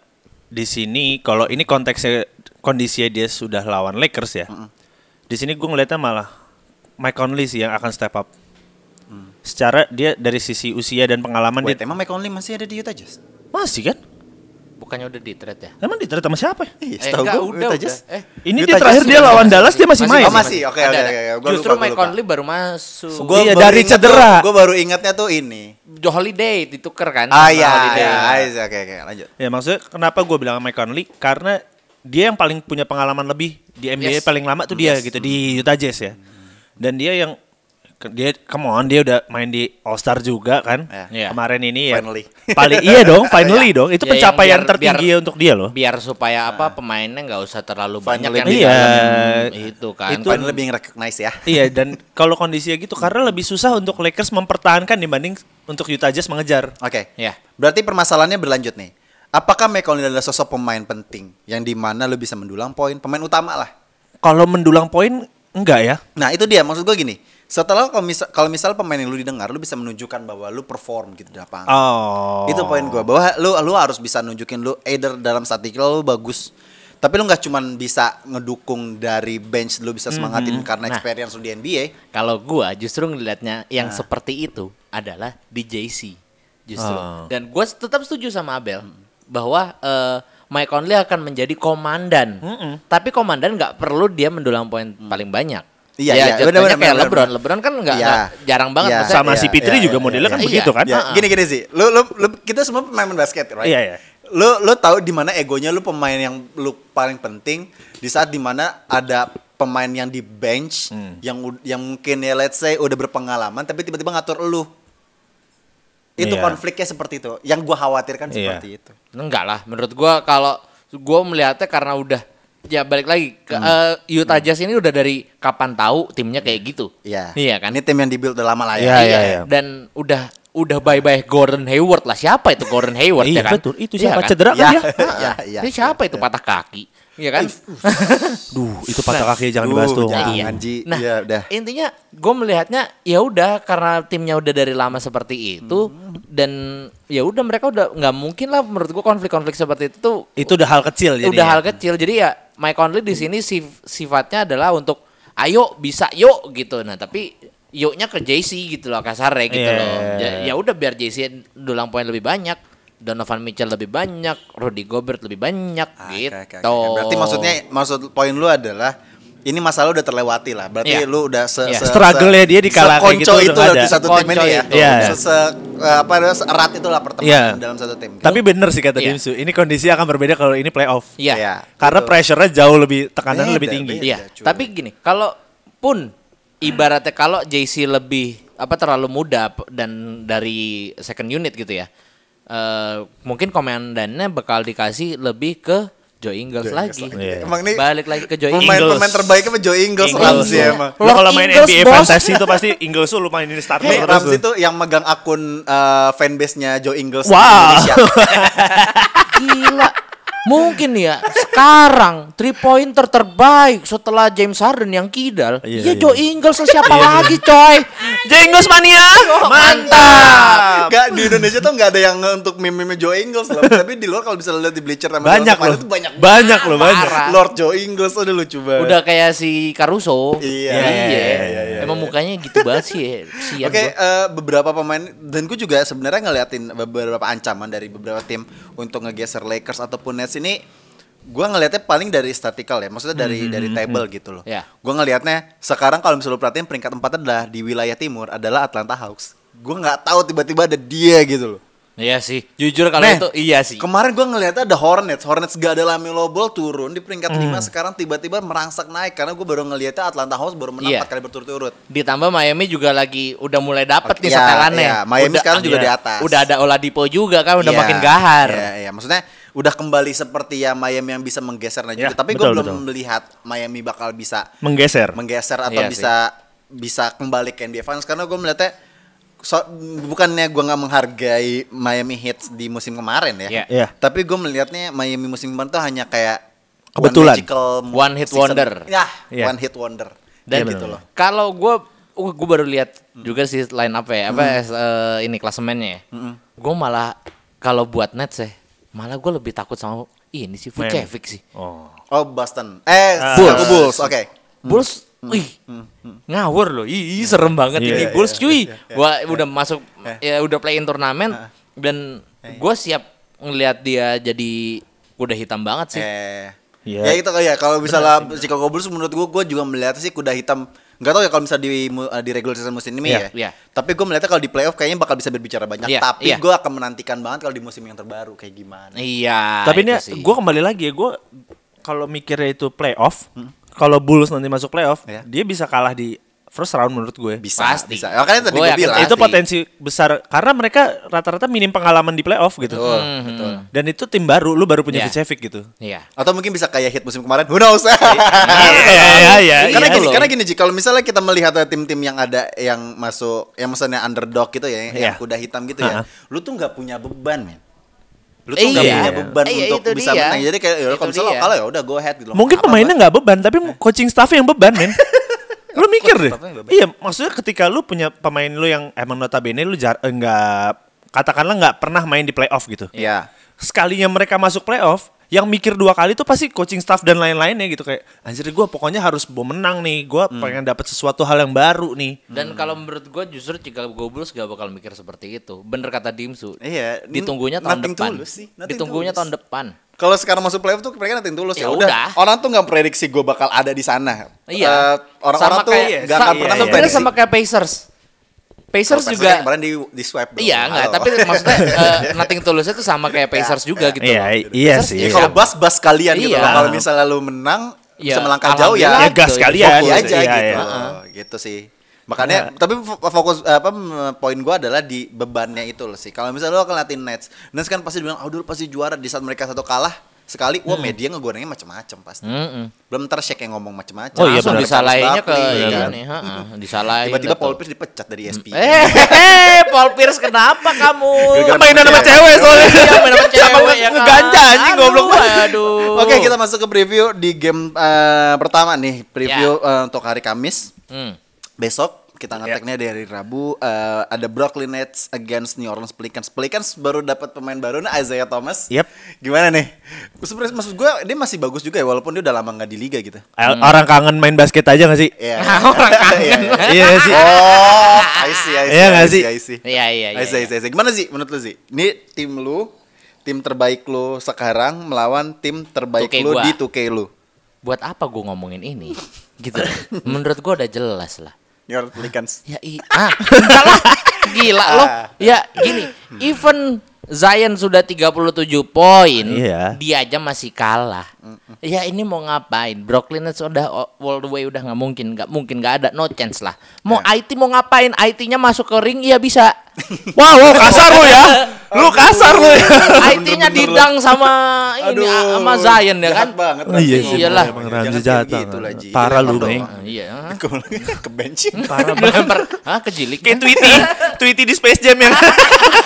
S3: di sini kalau ini konteksnya kondisinya dia sudah lawan Lakers ya. Di sini gue ngeliatnya malah Mike Conley sih yang akan step up. Secara dia dari sisi usia dan pengalaman
S1: Wait,
S3: dia
S1: emang Mike Conley masih ada di Utah Jazz?
S3: masih kan?
S2: bukannya udah di trade ya?
S3: Emang diterit sama siapa? ya?
S1: Iya,
S2: Eh,
S1: setahu
S2: enggak,
S1: gue
S2: udah,
S1: Utah
S2: udah.
S1: Jazz.
S2: Eh,
S3: Ini
S1: Utah
S3: dia
S1: Jazz
S3: terakhir
S1: juga
S3: dia
S1: nggak
S3: lawan
S1: masuk.
S3: Dallas dia masih main.
S1: Oh, masih. oke,
S2: Ada,
S1: oke,
S2: ada.
S1: oke, oke. Gua
S2: Justru
S1: lupa, gua
S2: Mike
S1: lupa.
S2: Conley baru masuk.
S3: Gua- Iya, dari
S1: inget-
S3: cedera.
S1: Gue baru ingatnya tuh ini.
S2: The Holiday ditukar kan?
S3: Hmm,
S1: Ah
S2: sama
S1: iya,
S2: Holiday.
S1: iya, iya, oke, oke, lanjut.
S3: Ya maksudnya kenapa gue bilang Mike Conley karena dia yang paling punya pengalaman lebih di NBA
S2: Yes. Mm.
S3: paling lama tuh dia gitu di Utah Jazz ya. Dan dia yang ke- dia come on dia udah main di All Star juga kan
S1: Ya.
S2: Ya.
S3: kemarin ini ya.
S1: Finally.
S3: Paling iya
S1: [LAUGHS]
S3: dong, finally dong. Itu
S2: Ya, yang
S3: pencapaian
S2: biar-
S3: tertinggi
S2: biar-
S3: untuk dia loh.
S2: Biar supaya
S1: Ah.
S2: apa pemainnya nggak usah terlalu banyak
S1: Finally
S3: Iya.
S2: yang dalam itu kan.
S3: Itu-
S1: Paling lebih nge-recognize ya.
S3: iya dan kalau kondisinya gitu karena lebih susah untuk Lakers mempertahankan dibanding untuk Utah Jazz mengejar.
S1: Oke.
S2: Ya.
S1: Berarti permasalahannya berlanjut nih. Apakah McCollin adalah sosok pemain penting yang di mana lo bisa mendulang poin, pemain utama lah.
S3: Kalau mendulang poin enggak ya?
S1: Nah, itu dia maksud gue gini. Setelah kalau misal, kalau misal pemain yang lu didengar, lu bisa menunjukkan bahwa lu perform gitu di lapangan.
S3: Oh.
S1: Itu poin gue bahwa lu lu harus bisa nunjukin lu either dalam statistikal lu bagus. Tapi lu nggak cuman bisa ngedukung dari bench lu bisa semangatin karena
S2: Nah.
S1: experience lu di NBA.
S2: Kalau gua justru ngelihatnya yang
S1: Ah.
S2: seperti itu adalah di JC justru.
S3: Ah.
S2: Dan gua tetap setuju sama Abel bahwa eh, Mike Conley akan menjadi komandan. Tapi komandan nggak perlu dia mendulang poin paling banyak.
S1: Mm. Iya,
S2: Ya,
S1: iya, benar,
S2: jatuhnya
S1: benar,
S2: kayak
S1: benar,
S2: LeBron.
S1: benar.
S2: LeBron kan nggak
S1: Iya.
S2: nggak- jarang banget
S1: Iya,
S2: maksudnya.
S3: Sama si
S1: Iya,
S3: Pitri
S1: iya,
S3: juga
S1: iya,
S3: modelnya
S1: iya.
S3: kan begitu kan?
S1: Ya,
S2: Ah, ah.
S1: gini gini sih. Lu, lu lu- kita semua pemain basket, right?
S3: Iya, iya.
S1: Lu lu tahu di mana egonya lu pemain yang lu paling penting di saat dimana ada pemain yang di bench
S2: Hmm.
S1: yang ud- yang mungkin ya let's say udah berpengalaman tapi tiba-tiba ngatur lu. Itu
S3: Iya.
S1: konfliknya seperti itu. Yang gua khawatirkan
S3: Iya.
S1: seperti itu.
S2: Enggak lah, menurut gua kalau gua melihatnya karena udah ya balik lagi ke
S1: Hmm.
S2: eh, Utah Jazz ini udah dari kapan tahu timnya kayak gitu.
S1: Iya.
S2: Iya kan?
S1: Ini tim yang dibuild udah lama lah ya.
S3: Iya.
S2: Dan udah udah bye-bye Gordon Hayward lah. Siapa itu Gordon Hayward
S3: Iya
S2: ya kan?
S3: betul, itu
S2: Iya
S3: siapa
S2: kan? Ya,
S3: cedera kan
S1: Iya.
S3: dia?
S1: Iya, iya.
S2: Ini siapa itu patah kaki? Iya kan?
S3: Duh, itu patah kaki jangan dibahas
S1: Duh,
S3: tuh.
S1: jangan.
S2: Iya.
S1: Anji,
S2: Nah,
S1: iya, udah.
S2: intinya gue melihatnya ya udah karena timnya udah dari lama seperti itu
S3: Hmm.
S2: dan ya udah mereka udah nggak mungkin lah menurut gue konflik-konflik seperti itu tuh
S3: Itu udah hal kecil jadi.
S2: udah hal kecil. Jadi ya Mike Conley di sini sif- sifatnya adalah untuk ayo bisa yuk gitu. Nah, tapi yuknya ke JC gitu loh kasarnya gitu
S3: Iya.
S2: loh. Ja- Ya udah biar JC dulang poin lebih banyak, Donovan Mitchell lebih banyak, Rudy Gobert lebih banyak
S1: Ah,
S2: gitu.
S1: oke, oke, oke. Berarti maksudnya maksud poin lu adalah ini masalah udah terlewati lah. Berarti
S2: Iya.
S1: lu udah se,
S2: Iya.
S1: se-
S3: Struggle-nya dia di kala kayak
S1: sekonco
S3: gitu
S1: itu
S3: udah
S1: di
S3: ada.
S1: satu tim
S2: Sekonco
S1: ini ya.
S2: itu.
S3: Iya.
S1: Se, se- eh, apa namanya, erat itulah pertemanan
S3: Iya.
S1: dalam satu tim. Gitu.
S3: Tapi bener sih kata
S2: Iya.
S3: Dimsu, ini kondisi akan berbeda kalau ini playoff.
S2: Iya.
S1: Iya.
S3: Karena
S1: Betul.
S3: pressure-nya jauh lebih tekanannya
S1: Beda,
S3: lebih tinggi.
S1: beda.
S2: Iya,
S1: cuy.
S2: tapi gini, kalau pun ibaratnya kalau JC lebih apa terlalu muda p- dan dari second unit gitu ya. eh, mungkin komandannya bakal dikasih lebih ke Joe Ingles
S1: Joe
S2: lagi.
S1: Ingles
S3: lagi. Iya.
S1: Emang ini
S2: balik lagi ke Joe Ingles.
S1: pemain-pemain terbaiknya sama Joe Ingles,
S2: Ingles.
S1: Ramsey
S2: Iya.
S1: emang.
S3: Lu kalau main
S2: Lord
S3: NBA
S2: Ingles, bos.
S3: Fantasy itu pasti Ingles tuh lumayan ini starter
S1: Ini
S3: terus
S1: Ramsey
S3: tuh.
S1: tuh yang megang akun eh, fanbase-nya Joe Ingles di
S3: Wow. [LAUGHS]
S1: Indonesia.
S2: Gila. Mungkin ya sekarang three pointer terbaik setelah James Harden yang kidal.
S3: Iya,
S2: Iya
S3: iya.
S2: Joe Ingles lah, siapa lagi coy?
S3: Jenggus mania. Mantap.
S1: Gak di Indonesia tuh gak ada yang untuk meme-meme Joe Ingles loh. Tapi di luar kalau bisa lihat di Bleacher sama
S3: Banyak
S1: Dallas
S3: loh.
S1: Mavericks tuh banyak
S3: Banyak loh, banyak.
S2: Parah.
S1: Lord Joe Ingles udah lucu banget.
S2: Udah kayak si Caruso.
S1: Iya.
S2: ya,
S3: Iya,
S1: iya, iya,
S2: Emang mukanya gitu banget sih. Sian
S1: Oke,
S2: Iya, gua.
S1: eh, beberapa pemain dan gue juga sebenarnya ngeliatin beberapa ancaman dari beberapa tim untuk ngegeser Lakers ataupun Nets ini gue ngelihatnya paling dari statistical ya, maksudnya
S2: Hmm,
S1: dari dari table gitu loh.
S2: Ya.
S1: Gue ngelihatnya sekarang kalau misalnya lu perhatiin peringkat empat adalah di wilayah timur adalah Atlanta Hawks. Gue nggak tahu tiba-tiba ada dia gitu loh.
S2: Iya sih. Jujur kalau
S1: Nah,
S2: itu iya sih.
S1: Kemarin gue ngelihatnya ada Hornets, Hornets gak ada Lamelo Ball turun di peringkat lima
S2: Hmm.
S1: sekarang tiba-tiba merangsak naik karena gue baru ngelihatnya Atlanta Hawks baru menang
S2: Iya.
S1: empat kali berturut-turut.
S2: Ditambah Miami juga lagi udah mulai dapet nih
S1: Iya,
S2: setelannya.
S1: iya. Miami
S2: Udah-
S1: sekarang juga
S3: iya.
S1: di atas.
S2: Udah ada Oladipo juga kan udah
S1: Iya,
S2: makin gahar.
S1: Iya, iya. maksudnya udah kembali seperti ya Miami yang bisa menggeser nah juga.
S3: Iya,
S1: Tapi gue
S3: betul,
S1: belum
S3: betul.
S1: melihat Miami bakal bisa
S3: Menggeser.
S1: menggeser atau
S2: Iya sih.
S1: bisa bisa kembali ke NBA Finals karena gue melihatnya so- bukannya gue nggak menghargai Miami Heat di musim kemarin ya.
S2: Iya.
S3: Iya.
S1: Tapi gue melihatnya Miami musim kemarin tuh hanya kayak
S3: Kebetulan.
S1: one, magical
S2: One hit
S1: season.
S2: wonder.
S1: Yah,
S3: Iya.
S1: one hit wonder.
S2: Dan
S3: Iya,
S2: gitu
S3: benar.
S2: loh. Kalau gue gue baru lihat juga sih line up ya apa eh, ini klasemennya. ya. Gue malah kalau buat Nets ya, malah gue lebih takut sama ini sih
S3: Miami.
S2: Vucevic sih.
S3: Oh.
S1: Oh Boston. Eh,
S3: Ah.
S1: Chicago Bulls. Oke. Hmm.
S2: Bulls,
S1: Mm.
S2: wih, ngawur loh. Ih, serem banget
S3: Iya,
S2: ini
S3: iya,
S1: Eh.
S2: Bulls cuy. Gua udah masuk ya udah play in turnamen dan gue siap ngelihat dia jadi kuda hitam banget sih.
S1: Eh.
S3: Iya.
S1: Ya itu ya kalau misalnya Chicago Bulls menurut gue gue juga melihat sih kuda hitam nggak tahu ya kalau misalnya di mu- di regular season musim ini
S3: Iya,
S1: ya.
S2: iya.
S1: Tapi gue melihatnya kalau di playoff kayaknya bakal bisa berbicara banyak.
S2: Iya,
S1: Tapi
S2: iya.
S1: gue akan menantikan banget kalau di musim yang terbaru kayak gimana. Nah,
S2: Iya.
S3: Tapi ini
S2: itu sih.
S3: gue kembali lagi ya, gue kalau mikirnya itu playoff, kalau Bulls nanti masuk playoff,
S1: Hmm. Iya.
S3: dia bisa kalah di first round menurut gue.
S1: Bisa.
S2: Pasti.
S1: Bisa. Makanya tadi
S2: Gua
S1: gue
S2: yakin
S1: bilang.
S3: Itu
S2: Pasti.
S3: potensi besar karena mereka rata-rata minim pengalaman di playoff gitu.
S1: Betul,
S3: Hmm.
S1: betul.
S3: Dan itu tim baru, lu baru punya
S2: Iya.
S3: Vucevic gitu.
S2: Iya.
S1: Atau mungkin bisa kayak hit musim kemarin. Who knows? [LAUGHS]
S3: Iya, iya,
S1: karena
S3: iya.
S1: gini,
S3: Loh.
S1: karena gini Ji, kalau misalnya kita melihat eh, tim-tim yang ada yang masuk, yang misalnya underdog gitu ya, yang- yang
S3: Iya.
S1: kuda hitam gitu ya,
S3: Ha-ha.
S1: lu tuh nggak punya beban, men. Lu tuh
S2: Iya.
S1: nggak punya beban
S2: Iya,
S1: untuk
S2: itu
S1: bisa
S2: dia.
S1: menang. Jadi kayak yaudah,
S2: Itu
S1: kalau misalnya
S2: dia.
S1: kalau ya udah go ahead gitu. loh.
S3: Mungkin
S1: Apa-
S3: pemainnya nggak beban, tapi coaching staffnya yang beban, men. lu mikir deh.
S1: staffnya yang beban.
S3: Iya, maksudnya ketika lu punya pemain lu yang emang notabene lu jar enggak katakanlah nggak pernah main di playoff gitu.
S1: Iya.
S3: Sekalinya mereka masuk playoff, yang mikir dua kali tuh pasti coaching staff dan lain-lainnya gitu kayak anjir gue pokoknya harus mau menang nih, gue pengen dapat sesuatu hal yang baru nih.
S1: Hmm.
S2: Dan kalau menurut gue justru Chicago Bulls gak bakal mikir seperti itu. Bener kata Dimsu.
S1: Iya, n-
S2: Ditunggunya tahun
S1: nothing
S2: depan.
S1: tulus sih, nothing
S2: Ditunggunya
S1: tulus.
S2: tahun depan.
S1: Kalau sekarang masuk playoff tuh mereka nanti tulus ya,
S2: Ya
S1: udah.
S2: udah.
S1: Orang tuh nggak prediksi gue bakal ada di sana.
S2: Iya.
S1: Eh, orang-orang
S2: Sama
S1: tuh
S2: kayak-
S1: nggak akan pernah
S2: sa-
S3: iya.
S2: Sebenarnya
S1: memprediksi.
S2: sama kayak Pacers. Pacers
S1: Kalau
S2: juga
S1: kemarin di di swipe. bro.
S2: Iya enggak,
S1: Oh, Halo. [LAUGHS]
S2: tapi maksudnya eh, nothing tulus itu sama kayak Pacers juga gitu. loh.
S3: Iya, iya
S2: Terus
S3: sih.
S1: Ya, kalau bas bas kalian gitu
S2: Iya.
S1: loh. Kalau misalnya lu menang
S2: Iya,
S1: bisa melangkah jauh
S2: alhamdulillah
S3: ya
S1: ya.
S3: gas
S2: gitu,
S3: kalian
S1: fokus aja
S3: Iya,
S1: gitu.
S3: iya. Ya.
S1: Heeh, gitu sih. Makanya tapi fo- fokus apa m- poin gua adalah di bebannya itu loh sih. Kalau misalnya lo akan latihan Nets, Nets kan pasti bilang, "Oh, dulu pasti juara di saat mereka satu kalah." Sekali
S3: Hmm.
S1: wah media ngegorengnya macam-macam pasti.
S2: Mm-mm.
S1: Belum ntar Shaq yang ngomong macam-macam.
S3: Oh, iya,
S2: Langsung
S3: benar.
S2: disalahinnya ke
S1: Barkley,
S2: ini
S1: kan.
S3: iya.
S2: nih, heeh, disalahin.
S1: Tiba-tiba
S2: dah
S1: Paul
S2: tuh.
S1: Pierce dipecat dari
S3: Hmm.
S1: E ESPN.
S2: Eh, eh, [LAUGHS] Paul Pierce kenapa kamu?
S1: Gara-gara
S3: Kan Mainan sama
S1: Iya.
S3: cewek soalnya.
S2: Iya,
S3: [LAUGHS]
S2: main sama
S3: Sama
S2: cewek ya kan.
S3: ngeganja anjing
S2: Aduh,
S3: goblok banget.
S2: Aduh.
S1: Oke, kita masuk ke preview di game eh, pertama nih, preview
S3: Ya.
S1: eh, untuk hari Kamis.
S2: Hmm.
S1: besok kita ngeteknya dari Rabu eh, ada Brooklyn Nets against New Orleans Pelicans. Pelicans baru dapat pemain baru nah Isaiah Thomas.
S3: Yep.
S1: Gimana nih? Sebenarnya maksud gue dia masih bagus juga ya walaupun dia udah lama nggak di liga gitu.
S3: El- Orang kangen main basket aja gak sih? [LAUGHS]
S1: Iya.
S2: Orang kangen.
S1: Iya, iya.
S3: Iya nggak sih.
S1: Oh, I see, I see,
S3: Iya nggak
S1: I see,
S3: sih?
S1: I see.
S2: Iya, iya, iya,
S1: I see, I see, I see. Gimana sih menurut lu sih? Ini tim lu, tim terbaik lu sekarang melawan tim terbaik
S2: 2K
S1: lu
S2: gua.
S1: di 2K lu.
S2: Buat apa gue ngomongin ini?
S1: [LAUGHS]
S2: Gitu. Menurut gue udah jelas lah.
S1: New Orleans Pelicans.
S2: Ya i [LAUGHS] ah, enggak lah. Gila loh. Ya gini, even Zion sudah 37 poin,
S3: Iya.
S2: dia aja masih kalah. Ya ini mau ngapain? Brooklyn Nets udah o- all the way udah nggak mungkin, nggak mungkin nggak ada no chance lah. Mau IT mau ngapain? IT-nya masuk ke ring ya bisa.
S3: Wah, wow, kasar lu ya. Lu kasar lu ya.
S2: IT-nya didang sama ini
S1: Aduh,
S2: sama Zion ya
S1: jahat
S2: kan?
S1: banget
S3: Oh, iya sih,
S2: Iyalah.
S3: emang
S1: Jangan
S3: Ramzi
S1: kayak
S3: jahat
S1: gitu
S3: banget.
S1: lah, Ji.
S3: Parah lu,
S1: Itu
S3: Beng.
S1: doang.
S2: Iya.
S1: ke bench
S2: Parah banget. Hah, kan? kejilik.
S3: Kayak Tweety, Tweety di Space Jam ya. yang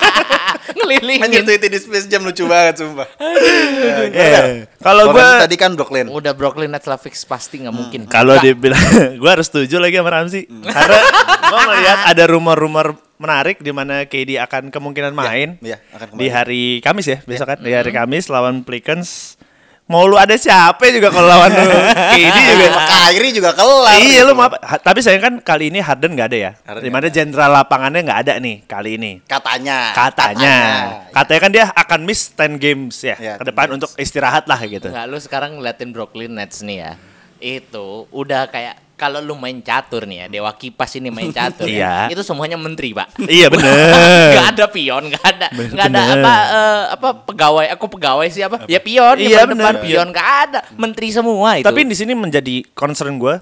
S1: [LAUGHS] Anjir
S2: Ngelilingin.
S1: tweet di Space Jam lucu banget sumpah. Eh, gimana?
S2: Iya.
S3: Eh, kalau
S1: Komen
S3: gua- Oh,
S1: tadi kan Brooklyn.
S2: Udah Brooklyn Nets lah fix pasti nggak mungkin.
S3: kalau
S2: Nggak.
S3: dibilang [LAUGHS] gue harus setuju lagi sama Ramzi.
S1: Hmm. [LAUGHS]
S3: Karena gue melihat ada rumor-rumor menarik di mana KD akan kemungkinan main
S1: iya, akan Iya. Hmm. kemarin.
S3: di hari Kamis ya, besok kan di hari Kamis lawan Pelicans. Mau lu ada siapa juga kalau lawan lu
S1: [LAUGHS]
S3: KD juga.
S1: Kyrie Iya, juga kelar.
S3: Iya
S1: gitu.
S3: lu maaf. Ha- Tapi sayang kan kali ini Harden nggak ada ya.
S1: Harden
S3: Di mana jenderal lapangannya nggak ada nih kali ini.
S1: Katanya.
S3: Katanya,
S1: Katanya.
S3: katanya kan dia akan miss 10 games ya,
S1: Iya,
S3: ke
S1: 10
S3: depan
S1: games. Iya.
S3: untuk istirahat lah gitu.
S2: Enggak, lu sekarang ngeliatin Brooklyn Nets nih ya. Itu udah kayak kalau lu main catur nih ya, Dewa Kipas ini main catur. ya,
S3: Iya.
S2: Itu semuanya menteri, Pak.
S3: Iya
S1: [LAUGHS]
S2: [LAUGHS] Gak
S3: bener.
S2: ada pion, gak ada,
S3: Bener.
S2: gak ada apa eh, apa pegawai, aku pegawai siapa? Ya pion,
S3: Iya,
S2: ya paling depan
S3: bener.
S2: pion gak ada, menteri semua itu.
S3: Tapi di sini menjadi concern gue,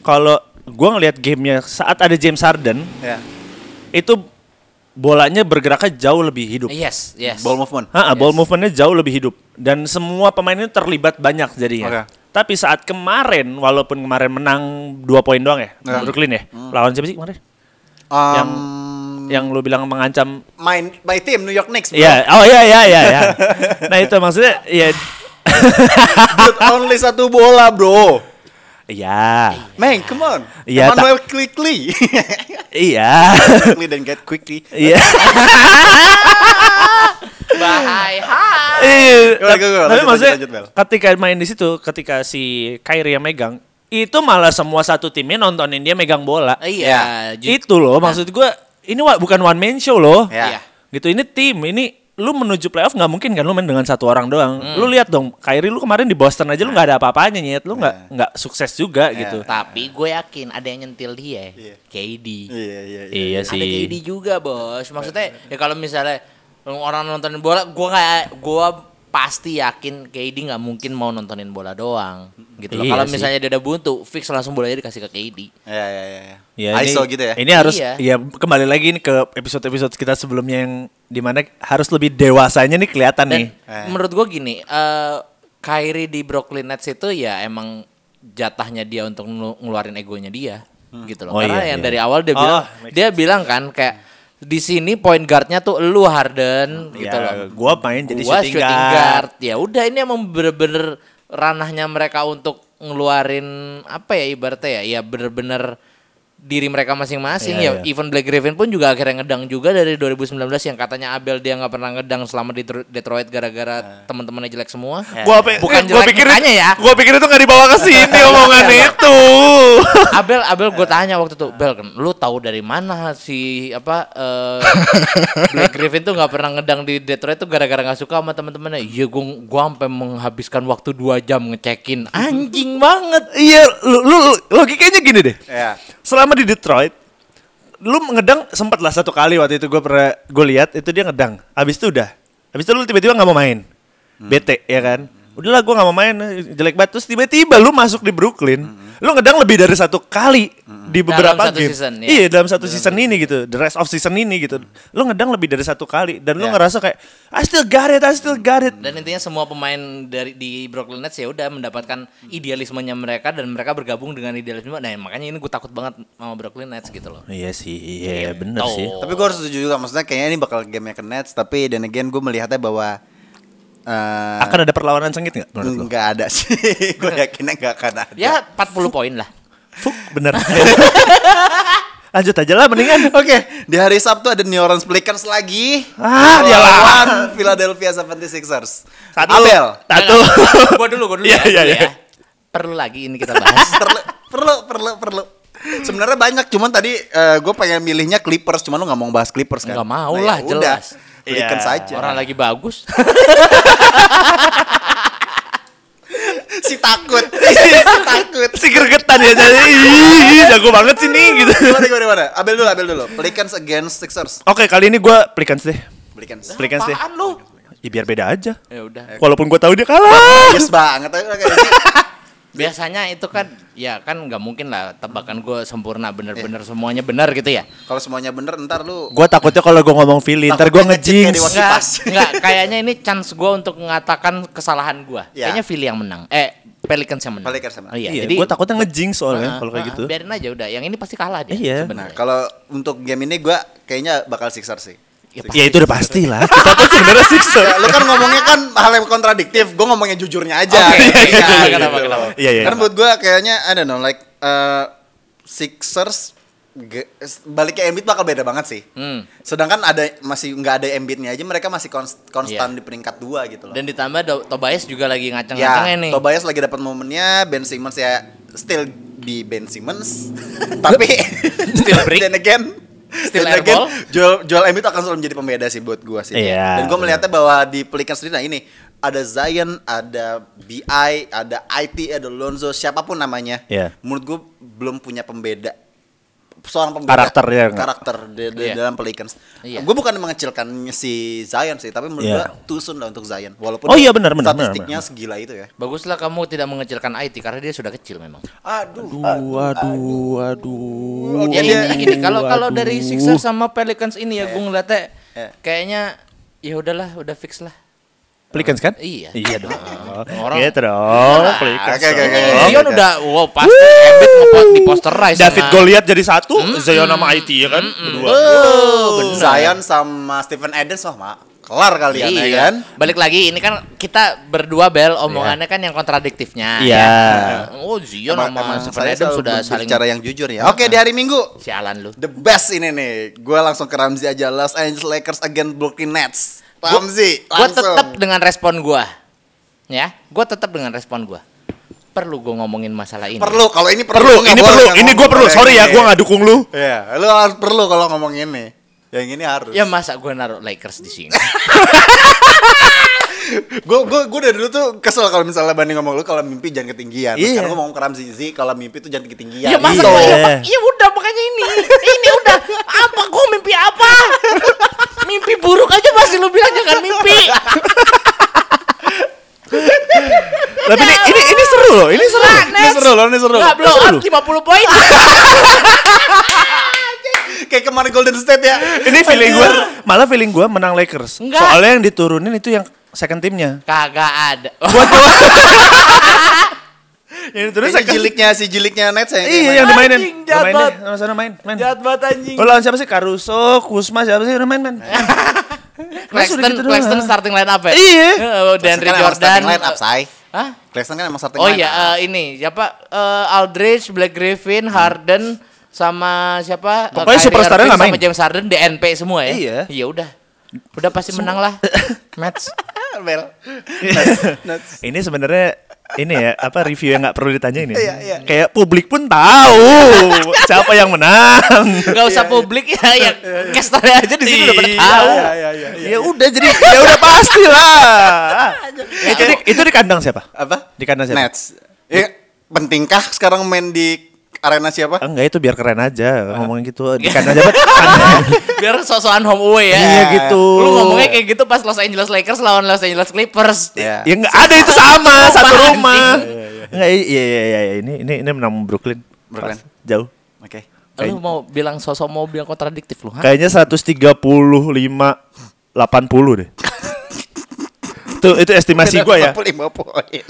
S3: kalau gue ngelihat gamenya saat ada James Harden
S1: Ya.
S3: itu bolanya bergeraknya jauh lebih hidup.
S2: yes, yes.
S1: Ball movement.
S3: Ha, ball
S2: Iya. Yes.
S3: movementnya jauh lebih hidup dan semua pemainnya terlibat banyak jadinya.
S1: Oke.
S3: Tapi saat kemarin, walaupun kemarin menang dua poin doang ya, Brooklyn ya, lawan siapa sih kemarin?
S1: Um,
S3: Yang yang lu bilang mengancam
S1: main my team New York Knicks. bro. [LAUGHS]
S3: Iya, oh iya iya iya iya. Nah itu maksudnya ya
S1: Dude, only satu bola, Bro.
S3: iya.
S1: Man, come on.
S3: Iya, tak-
S1: Emmanuel quickly. [LAUGHS]
S3: Iya. [LAUGHS]
S1: quickly dan get quickly.
S3: Iya.
S2: Bahaya.
S3: [LAUGHS]
S2: hai.
S3: Iya.
S1: Gimana, gimana,
S3: Tapi maksudnya
S1: lanjut, lanjut, lanjut, Mel.
S3: ketika main di situ, ketika si Kyrie yang megang, itu malah semua satu timnya nontonin dia megang bola.
S2: Iya, ju- Nah.
S3: Itu loh maksud gua ini wa- bukan one man show loh.
S1: Ya.
S2: Iya.
S3: Gitu ini tim, ini lu menuju playoff nggak mungkin kan lu main dengan satu orang doang.
S2: Hmm.
S3: Lu lihat dong, Kyrie lu kemarin di Boston
S2: Nah.
S3: aja lu nggak ada apa-apanya nyet, lu nggak
S2: Ya.
S3: nggak sukses juga gitu.
S2: Tapi gue yakin ada yang nyentil dia. KD.
S1: Iya, iya, iya.
S3: Iya
S2: Ada KD juga, Bos. Maksudnya ya kalau misalnya orang nontonin bola, gua nggak gua pasti yakin KD nggak mungkin mau nontonin bola doang gitu loh.
S3: Iya
S2: Kalau
S3: sih.
S2: misalnya dia ada buntu, fix langsung bolanya dikasih ke KD.
S1: Iya, iya, iya.
S3: Ya, ini-
S1: ISO gitu ya.
S3: Ini harus
S2: Iya.
S3: ya kembali lagi nih ke episode-episode kita sebelumnya yang dimana harus lebih dewasanya nih kelihatan nih.
S1: Eh.
S2: Dan menurut gua gini, eh Kyrie di Brooklyn Nets itu ya emang jatahnya dia untuk ngelu- ngeluarin egonya dia gitu loh.
S3: Oh
S2: Karena
S3: iya,
S2: yang
S3: iya.
S2: dari awal dia
S3: Oh,
S2: bilang
S3: makes
S2: dia bilang kan kayak di sini point guardnya tuh lu Harden gitu
S3: ya,
S2: loh.
S3: gua main jadi
S2: gua
S3: shooting, guard.
S2: Ya udah ini emang bener-bener ranahnya mereka untuk ngeluarin apa ya ibaratnya ya, ya bener-bener diri mereka masing-masing
S3: Iya,
S2: ya.
S3: iya.
S2: Even Black Griffin pun juga akhirnya ngedang juga dari 2019 yang katanya Abel dia nggak pernah ngedang selama di Tro- Detroit
S3: Iya.
S2: gara-gara teman-temannya jelek semua.
S3: Gua pe-
S2: Eh,
S3: eh,
S2: Bukan
S3: gua
S2: jelek
S3: pikir
S2: mukanya ya. Iya.
S3: Gua pikir itu nggak dibawa ke
S2: [LAUGHS]
S3: sini omongan itu.
S2: Abel Abel
S3: Iya.
S2: gue tanya waktu itu Bel ken- lu tahu dari mana si apa
S3: [LAUGHS]
S2: eh, Black Griffin tuh nggak pernah ngedang di Detroit tuh gara-gara nggak suka sama teman-temannya iya gue gua sampai menghabiskan waktu dua jam ngecekin anjing banget
S3: Iya, lu, lu lu- logikanya gini deh.
S1: Iya.
S3: Selama di Detroit, lu ngedang sempat lah satu kali waktu itu gue pernah gue lihat itu dia ngedang. Abis itu udah, abis itu lu tiba-tiba nggak mau main, bete ya kan? Udahlah gue nggak mau main, jelek banget. Terus tiba-tiba lu masuk di Brooklyn, lu ngedang lebih dari satu kali di beberapa
S2: Dalam satu
S3: game.
S2: season, ya.
S3: Iya dalam satu season ini gitu, the rest of season ini gitu. Lu ngedang lebih dari satu kali dan lu
S1: Ya.
S3: ngerasa kayak I still got it, I still got it.
S2: dan intinya semua pemain dari di Brooklyn Nets ya udah mendapatkan idealismenya mereka dan mereka bergabung dengan idealisme nah makanya ini gue takut banget sama Brooklyn Nets gitu loh
S3: Iya sih, iya bener
S2: Gitu.
S3: sih.
S1: Tapi gue harus setuju juga maksudnya kayaknya ini bakal game ke Nets tapi dan again gue melihatnya bahwa eh,
S3: Akan ada perlawanan sengit nggak menurut lu?
S1: nggak ada sih. [LAUGHS] gue yakinnya nggak akan ada.
S2: ya 40 poin lah
S3: Fuk, bener. [LAUGHS] Lanjut aja lah mendingan.
S1: Oke, di hari Sabtu ada New Orleans Pelicans lagi.
S3: Ah, dia
S1: Melawan Philadelphia 76ers.
S3: Satu.
S1: Abel.
S3: Satu.
S2: gue dulu gue dulu
S3: Iya, iya,
S2: ya, dulu
S3: iya.
S2: ya perlu lagi ini kita bahas
S1: perlu, perlu, perlu, perlu. Sebenarnya banyak, cuman tadi gue pengen milihnya Clippers, cuman lu nggak mau bahas Clippers kan?
S2: Nggak mau
S1: ya
S2: lah,
S1: udah.
S2: jelas.
S1: Pelicans
S3: Iya.
S1: saja.
S2: orang lagi bagus
S1: si takut, si takut.
S3: si gergetan ya jadi ih jago banget sih nih gitu.
S1: Gimana, gimana, gimana? Abel dulu, Abel dulu. Pelicans against Sixers.
S3: Oke, kali ini gua pelikans deh.
S1: Pelicans.
S3: Pelikans deh.
S2: apaan lu
S3: Ya, biar beda aja.
S2: ya udah
S3: Walaupun gua tahu dia kalah.
S1: Bagus banget. Tapi kayak gini.
S2: biasanya itu kan ya kan nggak mungkin lah tebakan gue sempurna bener-bener semuanya benar gitu ya
S1: Kalau semuanya bener, ntar lu
S3: Gua takutnya kalau gua ngomong Philly, ntar gua
S1: Takutnya ngejinx kayak di
S3: ngejinx.
S1: waktu-
S2: Nggak,
S1: pas.
S2: nggak, kayaknya ini chance gue untuk mengatakan kesalahan gue
S1: Ya.
S2: kayaknya Philly yang menang eh Pelicans yang menang
S1: Pelicans yang menang.
S2: oh, iya.
S3: Iya,
S2: jadi
S3: gua takutnya ngejinx soalnya
S2: Heeh,
S3: kalau kayak
S2: heeh,
S3: gitu.
S2: biarin aja udah yang ini pasti kalah dia
S3: Iya.
S1: Nah,
S2: sebenarnya.
S1: kalau untuk game ini gua kayaknya bakal Sixers sih.
S2: Ya,
S3: Ya itu udah pasti lah. Kita tuh sebenarnya sixer.
S1: Ya, lu kan ngomongnya kan hal yang kontradiktif, gua ngomongnya jujurnya aja.
S2: Oke,
S1: Iya,
S2: iya,
S1: iya,
S2: iya, kenapa,
S1: gitu.
S2: kenapa?
S3: Iya, iya,
S1: Karena
S3: kenapa.
S1: buat gua kayaknya I don't know like eh, Sixers ge- s- balik ke Embiid bakal beda banget sih.
S2: Hmm.
S1: Sedangkan ada masih nggak ada Embiidnya aja mereka masih kons- konstan
S2: Iya.
S1: di peringkat dua gitu loh.
S2: dan ditambah Do- Tobias juga lagi ngaceng-ngacengnya
S1: ya,
S2: nih
S1: Tobias lagi dapat momennya, Ben Simmons ya still di Ben
S2: [LAUGHS]
S1: Simmons. tapi
S2: Still break.
S1: Then again,
S2: Still
S1: then
S2: air ball.
S1: Joel, Joel Embiid akan selalu menjadi pembeda sih buat gua sih.
S3: Iya,
S1: Dan gua melihatnya bahwa di Pelicans sendiri nah ini ada Zion, ada BI, ada IT, ada Lonzo, siapapun namanya.
S3: Iya.
S1: Menurut gua belum punya pembeda seorang pembeda
S3: Karakternya nggak?
S1: karakter di, di
S2: Iya.
S1: dalam Pelicans.
S2: Iya.
S1: Gue bukan mengecilkan si Zion sih, tapi menurut
S3: Iya.
S1: gua too soon lah untuk Zion. Walaupun
S3: Oh iya, benar, benar, benar,
S1: statistiknya segila itu ya.
S2: baguslah kamu tidak mengecilkan IT karena dia sudah kecil memang
S1: Aduh.
S3: Waduh, waduh.
S1: Oke,
S2: Ya
S1: dia-
S2: ini gini kalau kalau dari Sixers sama Pelicans ini ya
S1: Iya.
S2: gue ngeliatnya kayaknya ya udahlah udah fix lah.
S3: Pelikans kan?
S2: Iya.
S3: Iya dong.
S2: Orang- Nah,
S3: Gitu dong. Pelikans.
S1: Ah, Oke, oke, oke.
S2: Eh, Zion
S1: oke.
S2: udah wow pasti Embiid ngepo di posterize nah.
S3: David
S2: sama-
S3: Goliat jadi satu, Zion sama IT ya kan? Berdua.
S1: Oh, Zion sama Stephen Adams wah mak kelar kali ya
S2: Iya
S1: kan.
S2: Balik lagi ini kan kita berdua bel omongannya kan yang kontradiktifnya.
S3: Iya.
S2: ya. Oh Zion
S1: Emang-
S2: sama
S1: emang
S2: Stephen
S1: eh, saya
S2: Adams
S1: selalu
S2: sudah
S1: ber-
S2: saling
S1: berbicara yang jujur ya. Oke, di hari Minggu
S2: sialan lu.
S1: the best ini nih. Gue langsung ke Ramzi aja Los Angeles Lakers against Brooklyn Nets. Ramzi,
S2: Gue
S1: langsung.
S2: tetap dengan respon gue. Ya, gue tetap dengan respon gue. Perlu gue ngomongin masalah ini.
S1: perlu kalau ini perlu.
S3: Perlu,
S1: nggak
S3: ini
S1: boleh
S3: perlu, ya,
S1: nggak
S3: ini
S1: ngomong
S3: gue perlu.
S1: kayak
S3: Sorry ya,
S1: gini.
S3: gue nggak dukung lu.
S1: Iya, lu harus perlu kalau ngomong ini. Yang ini harus.
S2: Ya masa gue naruh Lakers di
S1: [LAUGHS]
S2: sini.
S1: Gue gue gue dari dulu tuh kesel kalau misalnya banding ngomong lu kalau mimpi jangan ketinggian. Terus
S3: Iya.
S1: Sekarang gue ngomong ke Ramzi kalau mimpi tuh jangan ketinggian.
S2: ya masa
S1: Gitu.
S2: gue
S3: iya.
S2: ya udah makanya ini. Ini udah apa gue mimpi apa? [LAUGHS] mimpi buruk aja masih lu bilang jangan mimpi.
S3: Tapi ini, ini ini seru loh, ini seru.
S2: Nah,
S1: Ini seru loh, ini seru.
S2: Nggak blow
S3: Seru.
S2: up 50 poin. [LAUGHS]
S1: Kayak kemarin Golden State ya.
S3: Ini feeling gue, malah feeling gue menang Lakers.
S2: Enggak.
S3: Soalnya yang diturunin itu yang second timnya.
S2: Kagak ada. Oh. [LAUGHS]
S3: Yang
S1: Terus si jiliknya si jiliknya Nets ya.
S3: Iya, yang
S1: yang main.
S3: dimainin.
S2: Anjing,
S3: Lo
S2: jahat
S3: main
S2: banget.
S3: deh, sama sana main, main.
S2: Jahat banget anjing.
S3: Lo lawan siapa sih? Caruso, Kusma, siapa sih? Udah main, main. Mas, udah
S2: Claxton,
S3: gitu doang.
S2: Claxton starting line up ya?
S3: Iya.
S1: Claxton
S2: Dandre
S1: kan emang
S2: Jordan.
S1: starting line up, Shay.
S2: Hah?
S1: Claxton kan emang starting
S2: Oh
S1: line
S2: iya,
S1: up.
S2: eh, ini siapa? Eh, Aldridge, Black Griffin, Harden, sama siapa? Eh,
S3: Pokoknya
S2: Kyrie
S3: superstarnya
S2: Irving
S3: nggak main.
S2: Sama James Harden, DNP semua ya?
S3: Iya.
S2: Iya udah. Udah pasti menang
S3: [LAUGHS]
S2: lah. Match.
S1: Ah, Bel.
S3: Ini sebenarnya ini ya apa review yang nggak perlu ditanyain ya?
S1: Iya, iya.
S3: Kayak publik pun tahu siapa yang menang.
S2: Gak usah publik ya, ya. Casternya aja di sini udah pada
S3: Iya.
S2: tahu.
S1: Iya iya iya.
S3: Ya udah jadi ya udah pasti lah. itu, di, itu di kandang siapa?
S1: Apa?
S3: Di kandang siapa?
S1: Nets. Ya, pentingkah sekarang main di arena siapa?
S3: Enggak itu biar keren aja ngomongin gitu di kandang
S1: [LAUGHS]
S3: siapa? Kandang.
S2: Biar sosokan home away ya.
S3: Iya gitu.
S2: Lu ngomongnya kayak gitu pas Los Angeles Lakers lawan Los Angeles Clippers.
S1: Iya.
S3: Ya enggak ada itu sama satu
S2: Rumah,
S3: rumah. Enggak iya iya iya iya. ini ini ini menang Brooklyn.
S1: Brooklyn.
S3: Pas, jauh.
S1: Oke.
S2: Lu mau bilang sosok mau bilang kontradiktif lu, ha?
S3: Kayaknya 135 80 deh. Tuh itu estimasi gua
S1: [LAUGHS]
S3: ya.
S1: 45 poin.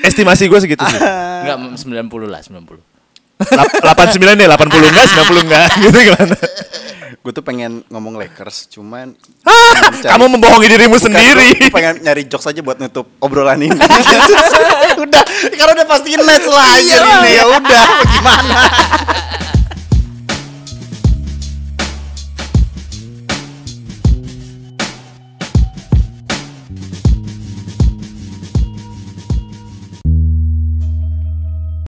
S3: Estimasi gua segitu sih.
S2: Enggak 90 lah, 90.
S3: Lap- 89 deh, 80 enggak, 90 enggak. [LAUGHS] Gitu gimana?
S1: gue tuh pengen ngomong Lakers, cuman
S3: Ah, Kamu membohongi dirimu sendiri.
S1: Gua pengen nyari jokes aja buat nutup obrolan ini. [LAUGHS]
S3: Iya.
S1: udah, karena udah pastiin match lah aja ini ya udah, gimana?